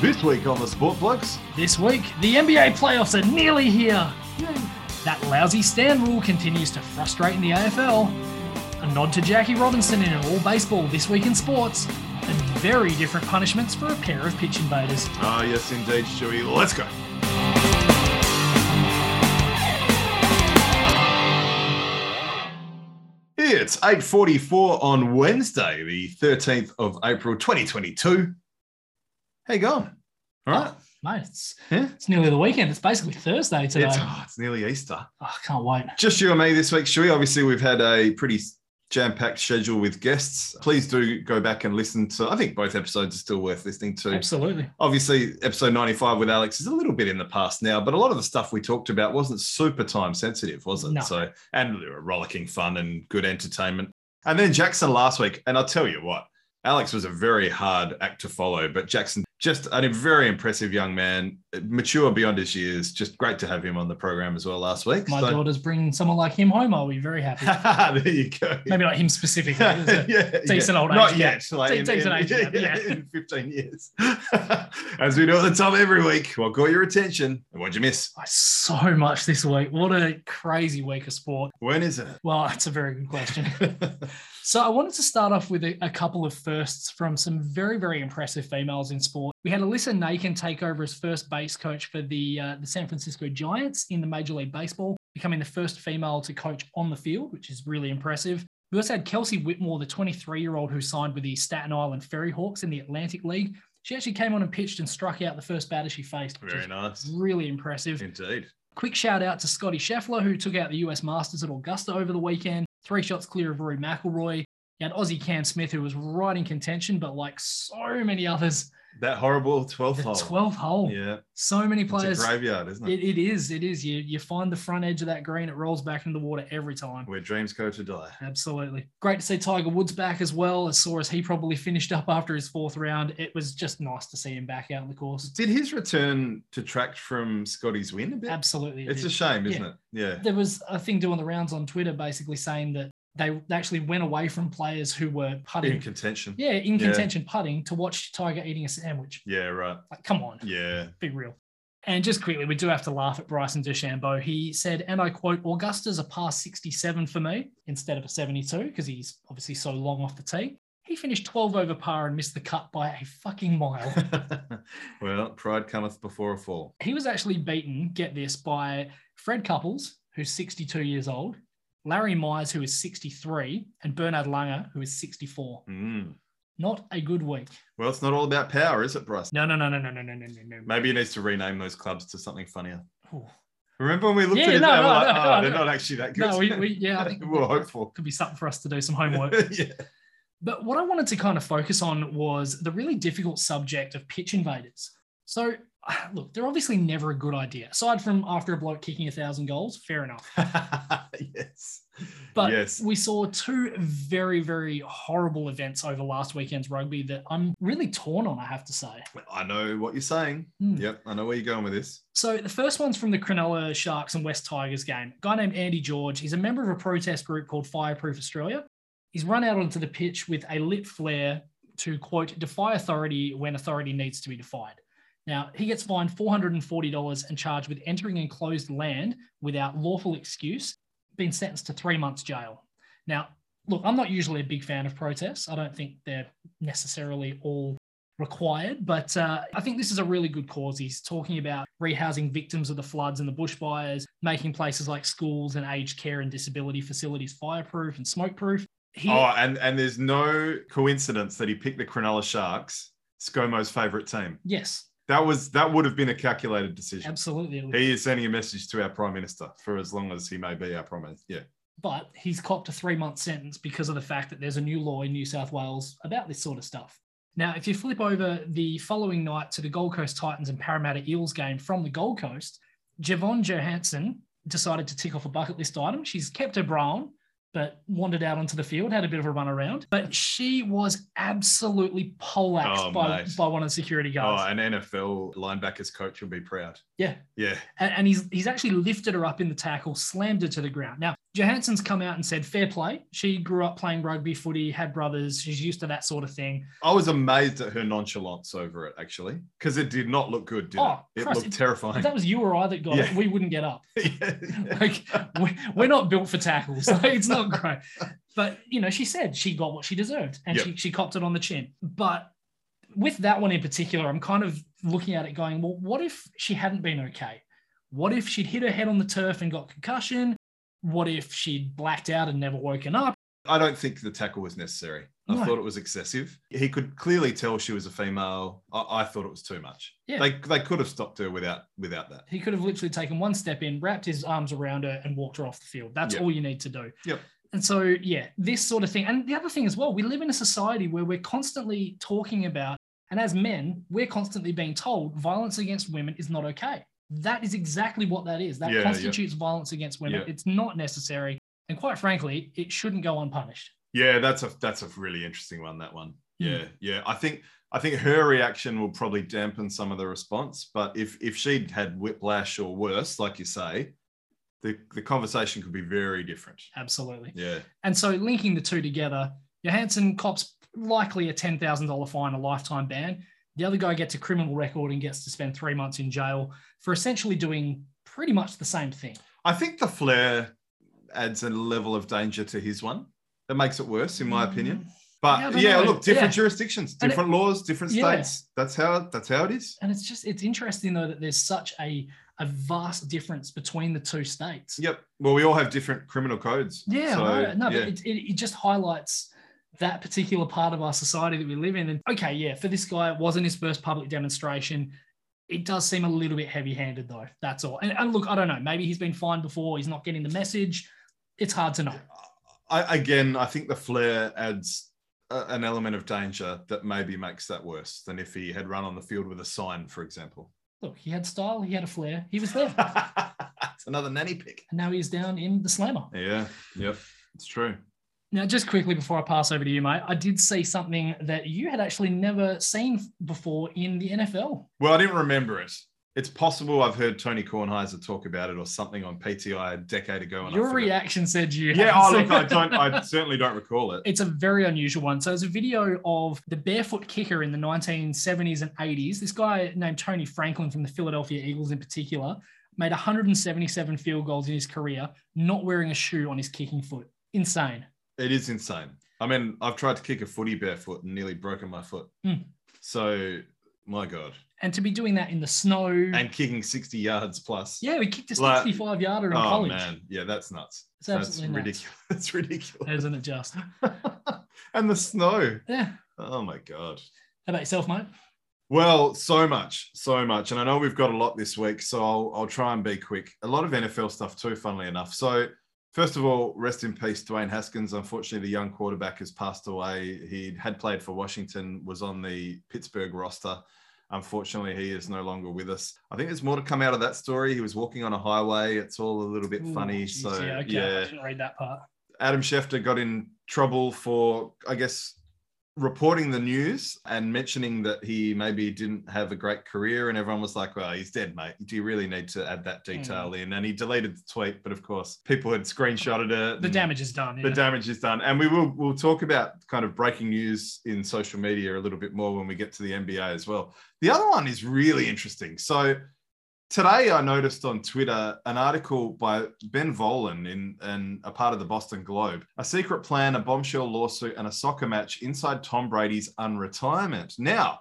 This week on the Sportplex, This week, the NBA playoffs are nearly here. That lousy stand rule continues to frustrate in the AFL. A nod to Jackie Robinson in an all baseball this week in sports, and very different punishments for a pair of pitch invaders. ah yes indeed, Stewie, let's go. It's 8.44 on Wednesday, the 13th of April 2022. How you going? All right. Mate, it's, Yeah. it's nearly the weekend. It's basically Thursday today. It's, oh, it's nearly Easter. Oh, I can't wait. Just you and me this week, Shui. Obviously, we've had a pretty jam-packed schedule with guests. Please do go back and listen to. I think both episodes are still worth listening to. Absolutely. Obviously, episode 95 with Alex is a little bit in the past now, but a lot of the stuff we talked about wasn't super time sensitive, was it? No. So, and they were rollicking fun and good entertainment. And then Jackson last week, and I'll tell you what, Alex was a very hard act to follow, but Jackson, just a very impressive young man, mature beyond his years. Just great to have him on the program as well last week. My So- daughter's bringing someone like him home. I'll be very happy. there you go. Maybe not him specifically. there's a- yeah, decent old Not age yet. Like De- decent age gap, yeah. in 15 years. As we do at the top every week, what got your attention and what'd you miss? So much this week. What a crazy week of sport. When is it? Well, that's a very good question. So I wanted to start off with a, a couple of firsts from some very, very impressive females in sport. We had Alyssa Nakin take over as first base coach for the uh, the San Francisco Giants in the Major League Baseball, becoming the first female to coach on the field, which is really impressive. We also had Kelsey Whitmore, the 23 year old who signed with the Staten Island Ferry Hawks in the Atlantic League. She actually came on and pitched and struck out the first batter she faced, which Very is nice. really impressive. Indeed. Quick shout out to Scotty Scheffler, who took out the US Masters at Augusta over the weekend. Three shots clear of Rory McIlroy. You had Aussie Cam Smith, who was right in contention, but like so many others, That horrible the 12th hole. 12th hole. Yeah. So many It's players. a graveyard, isn't it? It, it is. It is. You you find the front edge of that green, it rolls back into the water every time. Where dreams go to die. Absolutely. Great to see Tiger Woods back as well. As saw as he probably finished up after his fourth round. It was just nice to see him back out on the course. Did his return detract from Scotty's win a bit? Absolutely. it It's did. a shame, isn't Yeah. it? Yeah. there was a thing doing the rounds on Twitter basically saying that they actually went away from players who were putting, In contention. yeah, in Yeah. contention putting to watch Tiger eating a sandwich. Yeah, right. Like, come on, Yeah. be real. And just quickly, we do have to laugh at Bryson DeChambeau. He said, and I quote, Augusta's a par 67 for me instead of a 72 because he's obviously so long off the tee. He finished 12 over par and missed the cut by a fucking mile. well, pride cometh before a fall. he was actually beaten, get this, by Fred Couples, who's 62 years old, Larry Myers, who is 63, and Bernard Langer, who is 64. Mm. Not a good week. Well, it's not all about power, is it, Bryce? No, no, no, no, no, no, no, no, no, no. Maybe he needs to rename those clubs to something funnier. Ooh. Remember when we looked Yeah, at it, no, they were no, like, no, oh, no, they're no. not actually that good. No, we, we, yeah, I think we were hopeful. could be something for us to do some homework. yeah. But what I wanted to kind of focus on was the really difficult subject of pitch invaders. So, look, they're obviously never a good idea. Aside from after a bloke kicking a thousand goals, fair enough. yes. But yes. we saw two very, very horrible events over last weekend's rugby that I'm really torn on, I have to say. I know what you're saying. Hmm. Yep. I know where you're going with this. So the first one's from the Cronulla Sharks and West Tigers game. A guy named Andy George, he's a member of a protest group called Fireproof Australia. He's run out onto the pitch with a lit flare to quote, defy authority when authority needs to be defied. Now, he gets fined $440 and charged with entering enclosed land without lawful excuse, being sentenced to three months jail. Now, look, I'm not usually a big fan of protests. I don't think they're necessarily all required. But uh, I think this is a really good cause. He's talking about rehousing victims of the floods and the bushfires, making places like schools and aged care and disability facilities fireproof and smokeproof. He, Oh, and, and there's no coincidence that he picked the Cronulla Sharks, ScoMo's favorite team. yes, That was that would have been a calculated decision. absolutely. He is sending a message to our prime minister for as long as he may be our prime minister. Yeah. but he's copped a three month sentence because of the fact that there's a new law in New South Wales about this sort of stuff. Now, if you flip over the following night to the Gold Coast Titans and Parramatta Eels game from the Gold Coast, Javon Johansson decided to tick off a bucket list item. She's kept her bra on, but wandered out onto the field, had a bit of a run around. But she was absolutely poleaxed Oh, by, mate. by one of the security guards. Oh, an NFL linebackers coach will be proud. Yeah. Yeah. and, and he's he's actually lifted her up in the tackle, slammed her to the ground. Now Johansson's come out and said, fair play. She grew up playing rugby, footy, had brothers. She's used to that sort of thing. I was amazed at her nonchalance over it, actually, because it did not look good, did Oh, it? It Christ, looked it- If terrifying. that was you or I that got Yeah. it, we wouldn't get up. Yeah. Like, we- we're not built for tackles. Like, it's not great. But, you know, she said she got what she deserved and Yep. she, she copped it on the chin. But with that one in particular, I'm kind of looking at it going, well, what if she hadn't been okay? What if she'd hit her head on the turf and got concussion? What if she'd blacked out and never woken up? I don't think the tackle was necessary. I No. thought it was excessive. He could clearly tell she was a female. I, I thought it was too much. Yeah. They, they could have stopped her without without that. He could have literally taken one step in, wrapped his arms around her, and walked her off the field. That's Yep. all you need to do. Yep. And so, yeah, this sort of thing. And the other thing as well, we live in a society where we're constantly talking about, and as men, we're constantly being told violence against women is not okay. That is exactly what that is. That Yeah, yeah. constitutes violence against women. Yeah. It's not necessary. And quite frankly, it shouldn't go unpunished. Yeah, that's a that's a really interesting one. That one. Hmm. Yeah, yeah. I think I think her reaction will probably dampen some of the response. But if if she'd had whiplash or worse, like you say, the the conversation could be very different. Absolutely. Yeah, And so linking the two together, Johansson cops likely a $10,000 fine, a lifetime ban. The other guy gets a criminal record and gets to spend three months in jail for essentially doing pretty much the same thing. I think the flare adds a level of danger to his one that makes it worse, in my opinion. Hmm. Yeah, I But don't yeah, know. look, different Yeah. jurisdictions, And it- different laws, different Yeah. states. That's how that's how it is. And it's just, it's interesting though that there's such a, a vast difference between the two states. Yep. Well, we all have different criminal codes. Yeah, So, right. no, yeah. but it, it, it just highlights that particular part of our society that we live in. And okay, yeah, for this guy, it wasn't his first public demonstration. It does seem a little bit heavy handed, though. That's all. And, and look, I don't know. Maybe he's been fined before. He's not getting the message. It's hard to know. I, again, I think the flare adds a, an element of danger that maybe makes that worse than if he had run on the field with a sign, for example. Look, he had style. He had a flair. He was there. it's another nanny pick. and now he's down in the slammer. Yeah. Yep. It's true. Now, just quickly before I pass over to you, mate, I did see something that you had actually never seen before in the NFL. Well, I didn't remember it. It's possible I've heard Tony Kornheiser talk about it or something on PTI a decade ago. And Oh, I Your forgot. reaction said you. Yeah. hadn't Oh, seen look, I it. don't. I certainly don't recall it. It's a very unusual one. So it's a video of the barefoot kicker in the 1970s and 80s. This guy named Tony Franklin from the Philadelphia Eagles in particular made 177 field goals in his career, not wearing a shoe on his kicking foot. Insane. It is insane. I mean, I've tried to kick a footy barefoot and nearly broken my foot. Mm. So, my God. And to be doing that in the snow. And kicking 60 yards plus. Hmm. yeah, we kicked a Like- 65 yarder in oh, college. man. Yeah, that's nuts. It's That's absolutely nuts. ridiculous. That's ridiculous. Isn't it just? and the snow. Yeah. Oh, my God. How about yourself, mate? Well, so much, so much. And I know we've got a lot this week, so I'll, I'll try and be quick. A lot of NFL stuff, too, funnily enough. So, first of all, rest in peace, Dwayne Haskins. Unfortunately, the young quarterback has passed away. He had played for Washington, was on the Pittsburgh roster. Unfortunately, he is no longer with us. I think there's more to come out of that story. He was walking on a highway. It's all a little bit Ooh, funny. jeez, so, yeah, okay. yeah. I didn't read that part. Adam Schefter got in trouble for, I guess, reporting the news and mentioning that he maybe didn't have a great career. And everyone was like, well, he's dead, mate. Do you really need to add that detail in? And he deleted the tweet. But of course, people had screenshotted it. The and damage is done. Mm. The yeah. damage is done. And we will we'll talk about kind of breaking news in social media a little bit more when we get to the NBA as well. The other one is really interesting. So today I noticed on Twitter an article by Ben Volen in, in a part of the Boston Globe, a secret plan, a bombshell lawsuit, and a soccer match inside Tom Brady's unretirement. Now,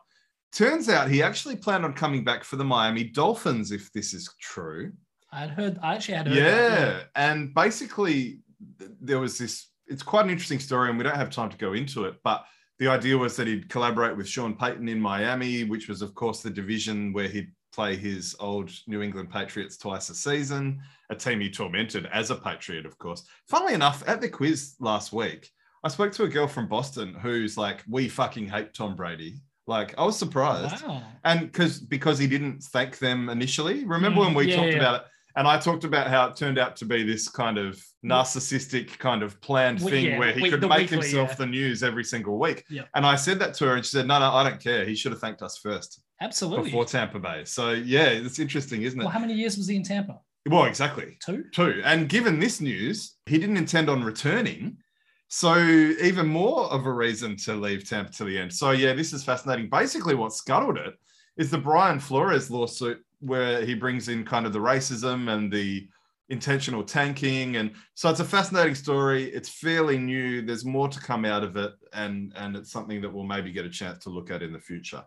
turns out he actually planned on coming back for the Miami Dolphins, if this is true I had heard, I actually had heard. that, yeah and basically th- there was this it's quite an interesting story and we don't have time to go into it but the idea was that he'd collaborate with sean payton in miami which was of course the division where he'd play his old new england patriots twice a season a team he tormented as a patriot of course funnily enough at the quiz last week i spoke to a girl from boston who's like we fucking hate tom brady like i was surprised Wow. and because because he didn't thank them initially remember Mm, when we yeah, talked yeah. about it and i talked about how it turned out to be this kind of narcissistic kind of planned We- thing yeah, where he we- could the make weekly, himself yeah. the news every single week Yeah. and i said that to her and she said no no i don't care he should have thanked us first Absolutely. before tampa bay so yeah it's interesting isn't it Well, how many years was he in Tampa? Well, exactly. Two? Two. And given this news, he didn't intend on returning. So even more of a reason to leave Tampa to the end. So yeah, this is fascinating. Basically, what scuttled it is the Brian Flores lawsuit where he brings in kind of the racism and the intentional tanking and so it's a fascinating story it's fairly new there's more to come out of it and and it's something that we'll maybe get a chance to look at in the future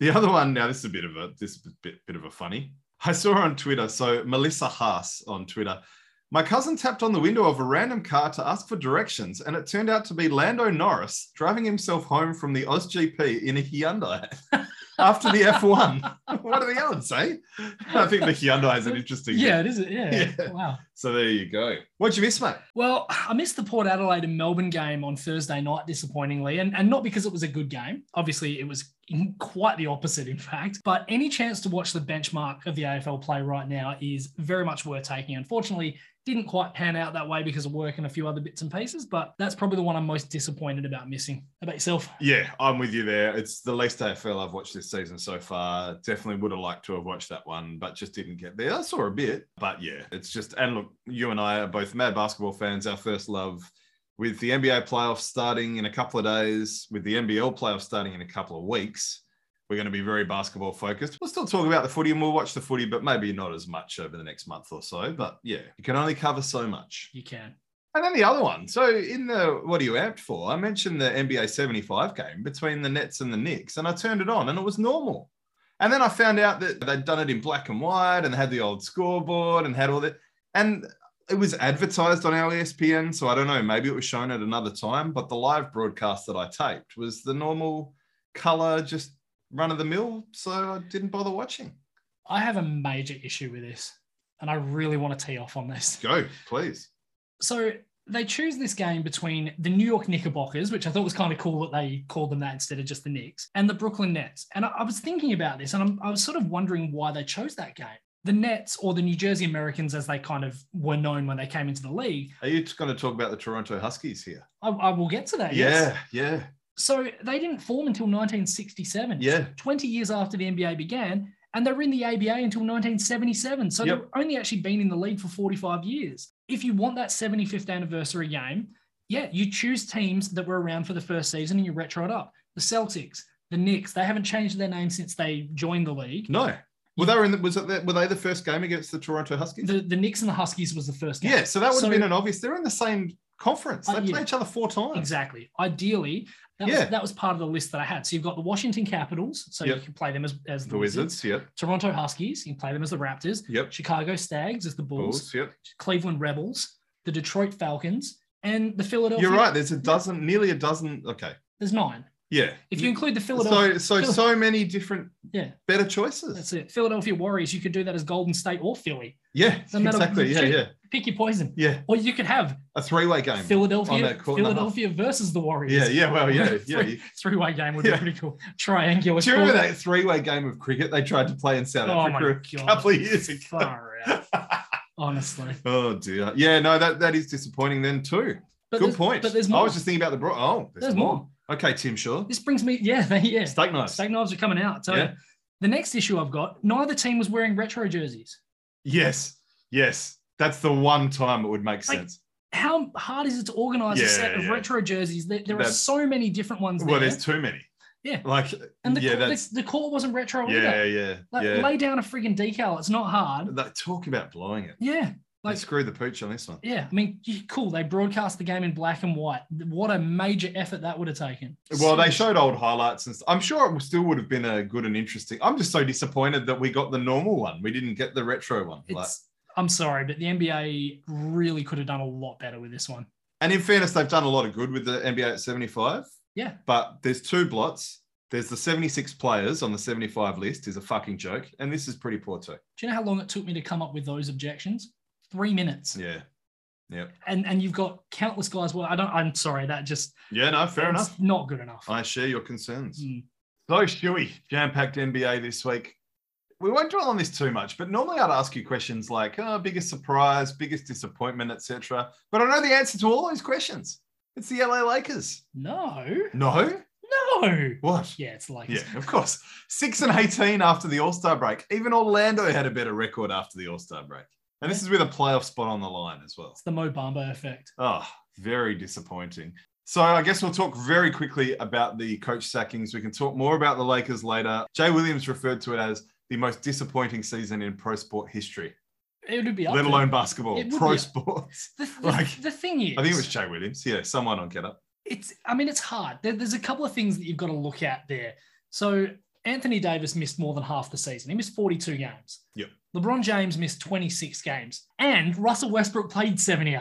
the other one now this is a bit of a this is a bit, bit of a funny i saw on twitter so melissa haas on twitter my cousin tapped on the window of a random car to ask for directions and it turned out to be lando norris driving himself home from the osgp in a hyundai after the f1 what are the odds eh i think the hyundai is an interesting Yeah, it is. Yeah. Yeah. Wow. so there you go. What'd you miss, mate? Well, I missed the Port Adelaide and Melbourne game on Thursday night, disappointingly, and, and not because it was a good game. Obviously, it was in- quite the opposite, in fact. But any chance to watch the benchmark of the AFL play right now is very much worth taking. Unfortunately, didn't quite pan out that way because of work and a few other bits and pieces, but that's probably the one I'm most disappointed about missing. How about yourself? Yeah, I'm with you there. It's the least AFL I've watched this season so far. Definitely would have liked to have watched that one, but just didn't get there. I saw a bit, but yeah, it's just. And look, you and I are both mad basketball fans. Our first love with the NBA playoffs starting in a couple of days, with the NBL playoffs starting in a couple of weeks. We're going to be very basketball focused. We'll still talk about the footy and we'll watch the footy, but maybe not as much over the next month or so. But yeah, you can only cover so much. You can. And then the other one. So in the what are you amped for? I mentioned the NBA 75 game between the Nets and the Knicks, and I turned it on and it was normal. And then I found out that they'd done it in black and white and had the old scoreboard and had all that. And it was advertised on E our ESPN. So I don't know, maybe it was shown at another time, but the live broadcast that I taped was the normal color, just run of the mill. So I didn't bother watching. I have a major issue with this, and I really want to tee off on this. Go, please. So they choose this game between the New York Knickerbockers, which I thought was kind of cool that they called them that instead of just the Knicks, and the Brooklyn Nets. And I, I was thinking about this and I'm, I was sort of wondering why they chose that game. The Nets or the New Jersey Americans, as they kind of were known when they came into the league, Are you just going to talk about the Toronto Huskies here? I, I will get to that. Uh, yes. Yeah, yeah, So they didn't form until 1967. yeah. 20 years after the NBA began, and they were in the ABA until 1977. So Yep. they've only actually been in the league for 45 years. If you want that 75th anniversary game, yeah, you choose teams that were around for the first season and you retro it up. The Celtics, the Knicks, they haven't changed their name since they joined the league. No. Well, they were in. The, was it? The, were they the first game against the Toronto Huskies? The, the Knicks and the Huskies was the first game. yeah. So that would So- have been an obvious. They're in the same conference. They Uh, play yeah. each other four times. Exactly. Ideally, that, Yeah. was, that was part of the list that I had. So you've got the Washington Capitals, so Yep. you can play them as, as The Wizards. Yep. Toronto Huskies, you can play them as the Raptors. Yep. Chicago Stags as the Bulls. Bulls. Yep. Cleveland Rebels, the Detroit Falcons, and the Philadelphia. You're right. There's a dozen, nearly a dozen. Okay. There's nine. Yeah. If you include the Philadelphia, so so Phil- so many different Yeah. better choices. that's it. Philadelphia Warriors. You could do that as Golden State or Philly. yeah. Doesn't matter- Exactly. Yeah. Yeah. Pick your poison. Yeah. Or you could have A three-way game. on Philadelphia, that court and a half. Philadelphia versus the Yeah. Warriors. Yeah. Well. Yeah. Yeah. Three, three-way game would Yeah. be pretty cool. Triangular. Do you remember court. that three-way game of cricket they tried to play in South Oh my Africa a God. couple of years ago? Far out. Honestly. oh dear. Yeah. No. That that is disappointing then too. But Good there's- point. But there's more. I was just thinking about the bro. Oh, there's, more. Okay, Tim Shaw. This brings me. Yeah. they- Yeah. Steak knives. Steak knives are coming out. So Yeah. the next issue I've got, neither team was wearing retro jerseys. Yes, yes. That's the one time it would make Like, sense. how hard is it to organize Yeah, a set of yeah. retro jerseys? There, there are That's- so many different ones well, there. there's too many. Yeah. Like, And the, yeah, court, that's, the, the court wasn't retro yeah, either. yeah, Like, yeah. lay down a friggin' decal. It's not hard. Like, talk about blowing it. Yeah. Like, like- screw the pooch on this one. Yeah. I mean, yeah, cool. They broadcast the game in black and white. What a major effort that would have taken. Well, they showed old highlights, and st- I'm sure it still would have been a good and interesting. I'm just so disappointed that we got the normal one. We didn't get the retro one. Like, It's, I'm sorry, but the NBA really could have done a lot better with this one. and in fairness, they've done a lot of good with the NBA at 75. Yeah. But there's two blots. There's the 76 players on the 75 list is a fucking joke, and this is pretty poor too. Do you know how long it took me to come up with those objections? Three minutes. Yeah. And and you've got countless guys. Well, I don't. I'm sorry. That just Yeah, no, fair it's enough. Uh, Not good enough. I share your concerns. Mm. So, Stewie, jam packed NBA this week. We won't dwell on this too much, but normally I'd ask you questions like oh, biggest surprise, biggest disappointment, etc. But I know the answer to all those questions. It's the LA Lakers. No. No? No. What? Yeah, it's like Yeah, of course. Six and eighteen after the All Star break. Even Orlando had a better record after the All Star break. And this is with a playoff spot on the line as well. It's the Mo Bamba effect. Oh, very disappointing. So I guess we'll talk very quickly about the coach sackings. We can talk more about the Lakers later. Jay Williams referred to it as the most disappointing season in pro sport history, It would be up let there. alone basketball, It would pro be- sports. The, the, like- the thing is, I think it was Jay Williams. Yeah, someone on Get Up. it's I mean it's hard. There, there's a couple of things that you've got to look at there. So Anthony Davis missed more than half the season. He missed 42 games. Yep. LeBron James missed 26 games, and Russell Westbrook played 78.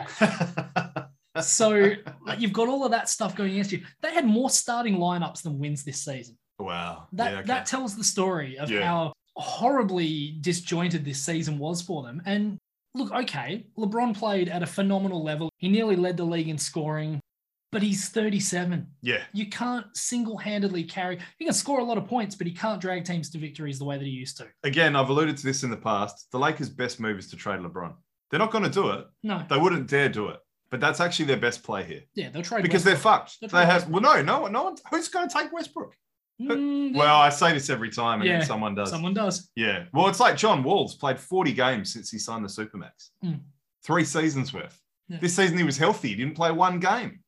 So like, you've got all of that stuff going against you. They had more starting lineups than wins this season. wow. That yeah, okay. that tells the story of Yeah. how horribly disjointed this season was for them. And look, okay, LeBron played at a phenomenal level. He nearly led the league in scoring, but he's 37 yeah. you can't single-handedly carry he can score a lot of points but he can't drag teams to victories the way that he used to Again, I've alluded to this in the past. The Lakers' best move is to trade LeBron. They're not going to do it. no They wouldn't dare do it. But that's actually their best play here yeah they'll trade because they're Westbrook. fucked. They're They trading have well, no, no, no one. Who's going to take Westbrook? Mm, Well, I say this every time, and Yeah. then someone does. someone does Yeah. Well, it's like John Wall's played 40 games since he signed the Supermax. Mm. Three seasons worth. Yeah. This season he was healthy. He didn't play one game.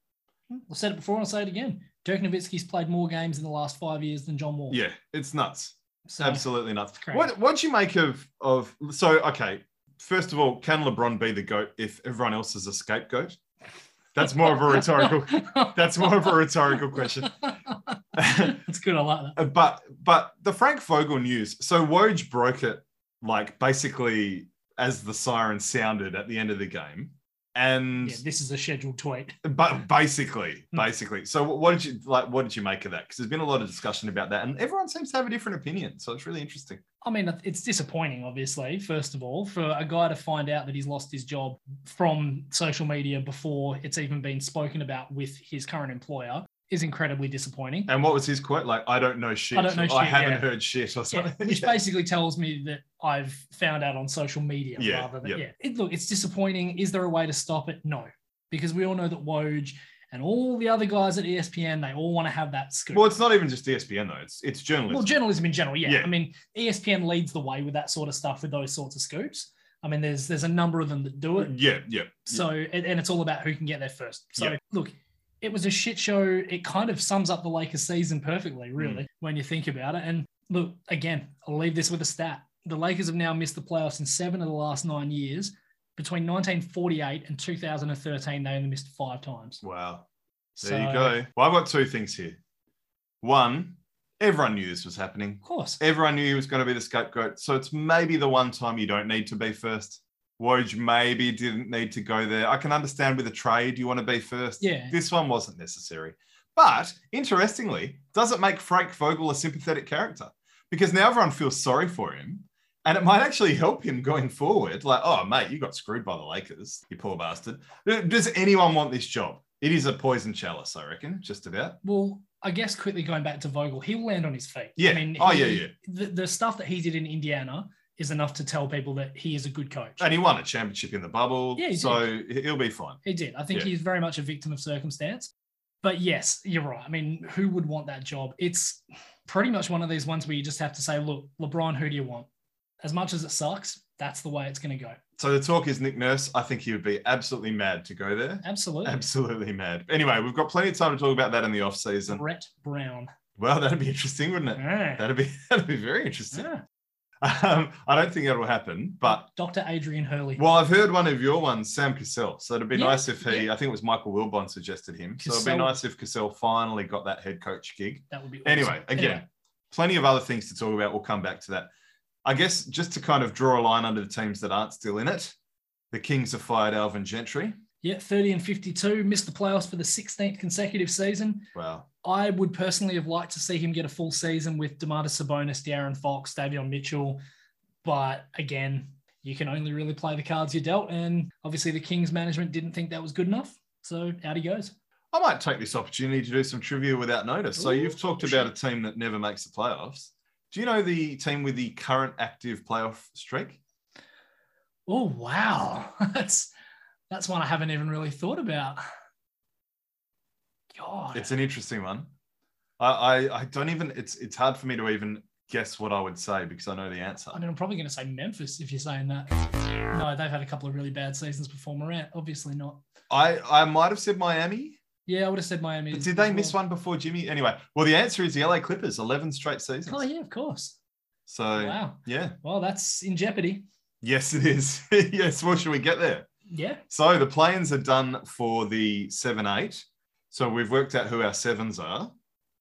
i said it before and i'll say it again dirk nowitzki's played more games in the last five years than john wall Yeah, it's nuts. so Absolutely nuts. Correct. What what do you make of of so okay? First of all, can LeBron be the goat if everyone else is a scapegoat? That's more of a rhetorical. that's more of a rhetorical question. that's good i like that Uh, but but the Frank Vogel news. So Woj broke it like basically as the siren sounded at the end of the game, and yeah, this is a scheduled tweet but basically, Hmm. basically. So what did you like? What did you make of that? Because there's been a lot of discussion about that, and everyone seems to have a different opinion. So it's really interesting. I mean, it's disappointing, obviously, first of all, for a guy to find out that he's lost his job from social media before it's even been spoken about with his current employer is incredibly disappointing. And what was his quote? Like, I don't know shit. I don't know I shit, haven't yeah. heard shit or Yeah, something. which basically tells me that I've found out on social media Yeah, rather than, yeah. yeah. It, look, it's disappointing. Is there a way to stop it? No, because we all know that Woj and all the other guys at E ESPN, they all want to have that scoop. well, it's not even just E ESPN though. It's it's journalism. Well, journalism in general, yeah. Yeah. I mean, E ESPN leads the way with that sort of stuff, with those sorts of scoops. I mean, there's there's a number of them that do it. yeah, yeah. So, and, and it's all about who can get there first. So, Yeah. look, it was a shit show. It kind of sums up the Lakers season perfectly, Mm. really, when you think about it. And look, again, I'll leave this with a stat. The Lakers have now missed the playoffs in seven of the last nine years. Between 1948 and 2013, they only missed five times. wow. There So, you go. Well, I've got two things here. One, everyone knew this was happening. Of course. Everyone knew he was going to be the scapegoat. So it's maybe the one time you don't need to be first. Woj maybe didn't need to go there. I can understand with a trade you want to be first. Yeah. This one wasn't necessary. But interestingly, doesn't make Frank Vogel a sympathetic character because now everyone feels sorry for him. And it might actually help him going forward. Like, oh, mate, you got screwed by the Lakers, you poor bastard. Does anyone want this job? It is a poison chalice, I reckon, just about. Well, I guess quickly going back to Vogel, he'll land on his feet. Yeah. I mean, Oh, he- yeah, yeah. The, the stuff that he did in Indiana is enough to tell people that he is a good coach. And he won a championship in the bubble. Yeah, he did. so he'll be fine. He did. I think Yeah. he's very much a victim of circumstance. But yes, you're right. I mean, who would want that job? It's pretty much one of these ones where you just have to say, look, LeBron, who do you want? As much as it sucks, that's the way it's going to go. So the talk is Nick Nurse. I think he would be absolutely mad to go there. Absolutely. Absolutely mad. Anyway, we've got plenty of time to talk about that in the off season. Brett Brown. Ah. Well, that'd be interesting, wouldn't it? Yeah. That'd be that'd be very interesting. Yeah. Um, I don't think that will happen, but Dr. Adrian Hurley. well, I've heard one of your ones, Sam Cassell. So it'd be Yeah, nice if he, yeah. I think it was Michael Wilbon suggested him. So it'd Cassell. be nice if Cassell finally got that head coach gig. That would be awesome. Anyway, again, plenty of other things to talk about. We'll come back to that. I guess just to kind of draw a line under the teams that aren't still in it, the Kings have fired Alvin Gentry. Yeah, 30 and 52, missed the playoffs for the 16th consecutive season. Wow. I would personally have liked to see him get a full season with Demarcus Sabonis, Darren Fox, Davion Mitchell, but again, you can only really play the cards you're dealt, and obviously the Kings management didn't think that was good enough, so out he goes. I might take this opportunity to do some trivia without notice. So Ooh, you've talked you about a team that never makes the playoffs. Do you know the team with the current active playoff streak? Oh wow, that's that's one I haven't even really thought about. God, Oh, It's an interesting one. I, I I don't even it's it's hard for me to even guess what I would say because I know the answer. I mean, I'm probably going to say Memphis if you're saying that. No, they've had a couple of really bad seasons before Morant. Obviously not. I, I might have said Miami. Yeah, I would have said Miami. But did they miss one before Jimmy? Anyway, well, the answer is the LA Clippers, 11 straight seasons. Oh yeah, of course. So, wow. Oh, yeah. Well, that's in jeopardy. Yes, it is. yes. Well, should we get there? Yeah. So the plans are done for the 7 8. So we've worked out who our sevens are.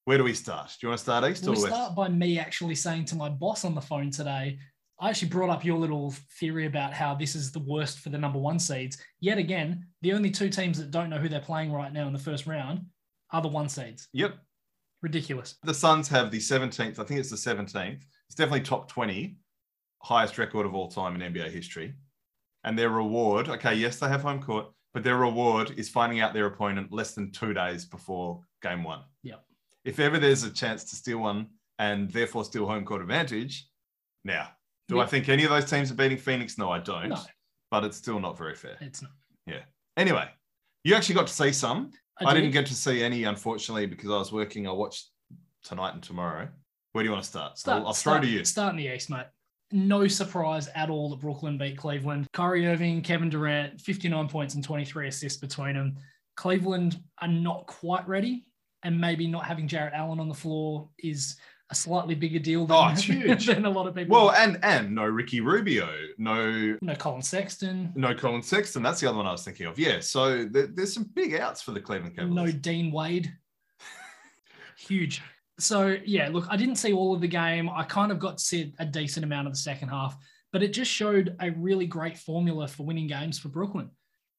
Where do we start? Do you want to start east Well, or we west? start by me actually saying to my boss on the phone today. I actually brought up your little theory about how this is the worst for the number one seeds. Yet again, the only two teams that don't know who they're playing right now in the first round are the one seeds. Yep. Ridiculous. The Suns have the 17th. I think it's the 17th. It's definitely top 20, highest record of all time in NBA history. And their reward, okay, yes, they have home court, but their reward is finding out their opponent less than two days before game one. Yep. If ever there's a chance to steal one and therefore steal home court advantage, now, do I Yeah. think any of those teams are beating Phoenix? No, I don't. No. But it's still not very fair. It's not. Anyway, you actually got to see some. I, did. didn't get to see any, unfortunately, because I was working. I watched tonight and tomorrow. Where do you want to start? Start, I'll, I'll start, throw to you. Start in the East, mate. No surprise at all that Brooklyn beat Cleveland. Kyrie Irving, Kevin Durant, 59 points and 23 assists between them. Cleveland are not quite ready, and maybe not having Jarrett Allen on the floor is a slightly bigger deal than, Oh, it's huge. than a lot of people. Well, and and no Ricky Rubio, no no Colin Sexton, no Colin Sexton. That's the other one I was thinking of. Yeah. So there, there's some big outs for the Cleveland no Cavaliers. Dean Wade. Huge. So yeah, look, I didn't see all of the game. I kind of got to see a decent amount of the second half, but it just showed a really great formula for winning games for Brooklyn.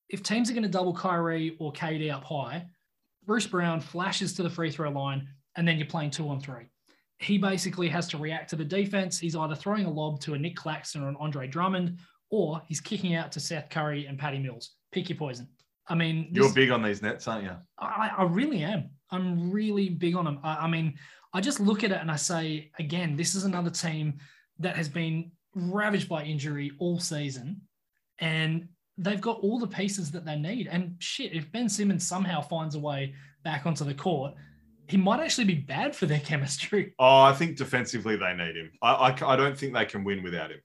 If teams are going to double Kyrie or KD up high, Bruce Brown flashes to the free throw line, and then you're playing two on three. He basically has to react to the defense. He's either throwing a lob to a Nick Claxton or an Andre Drummond, or he's kicking out to Seth Curry and Patty Mills. Pick your poison. I mean, this- You're big on these nets, aren't you? I, I really am. I'm really big on them. I, I mean, I just look at it and I say, again, this is another team that has been ravaged by injury all season, and they've got all the pieces that they need. And shit, if Ben Simmons somehow finds a way back onto the court, he might actually be bad for their chemistry. Oh, I think defensively they need him. I, I c- I don't think they can win without him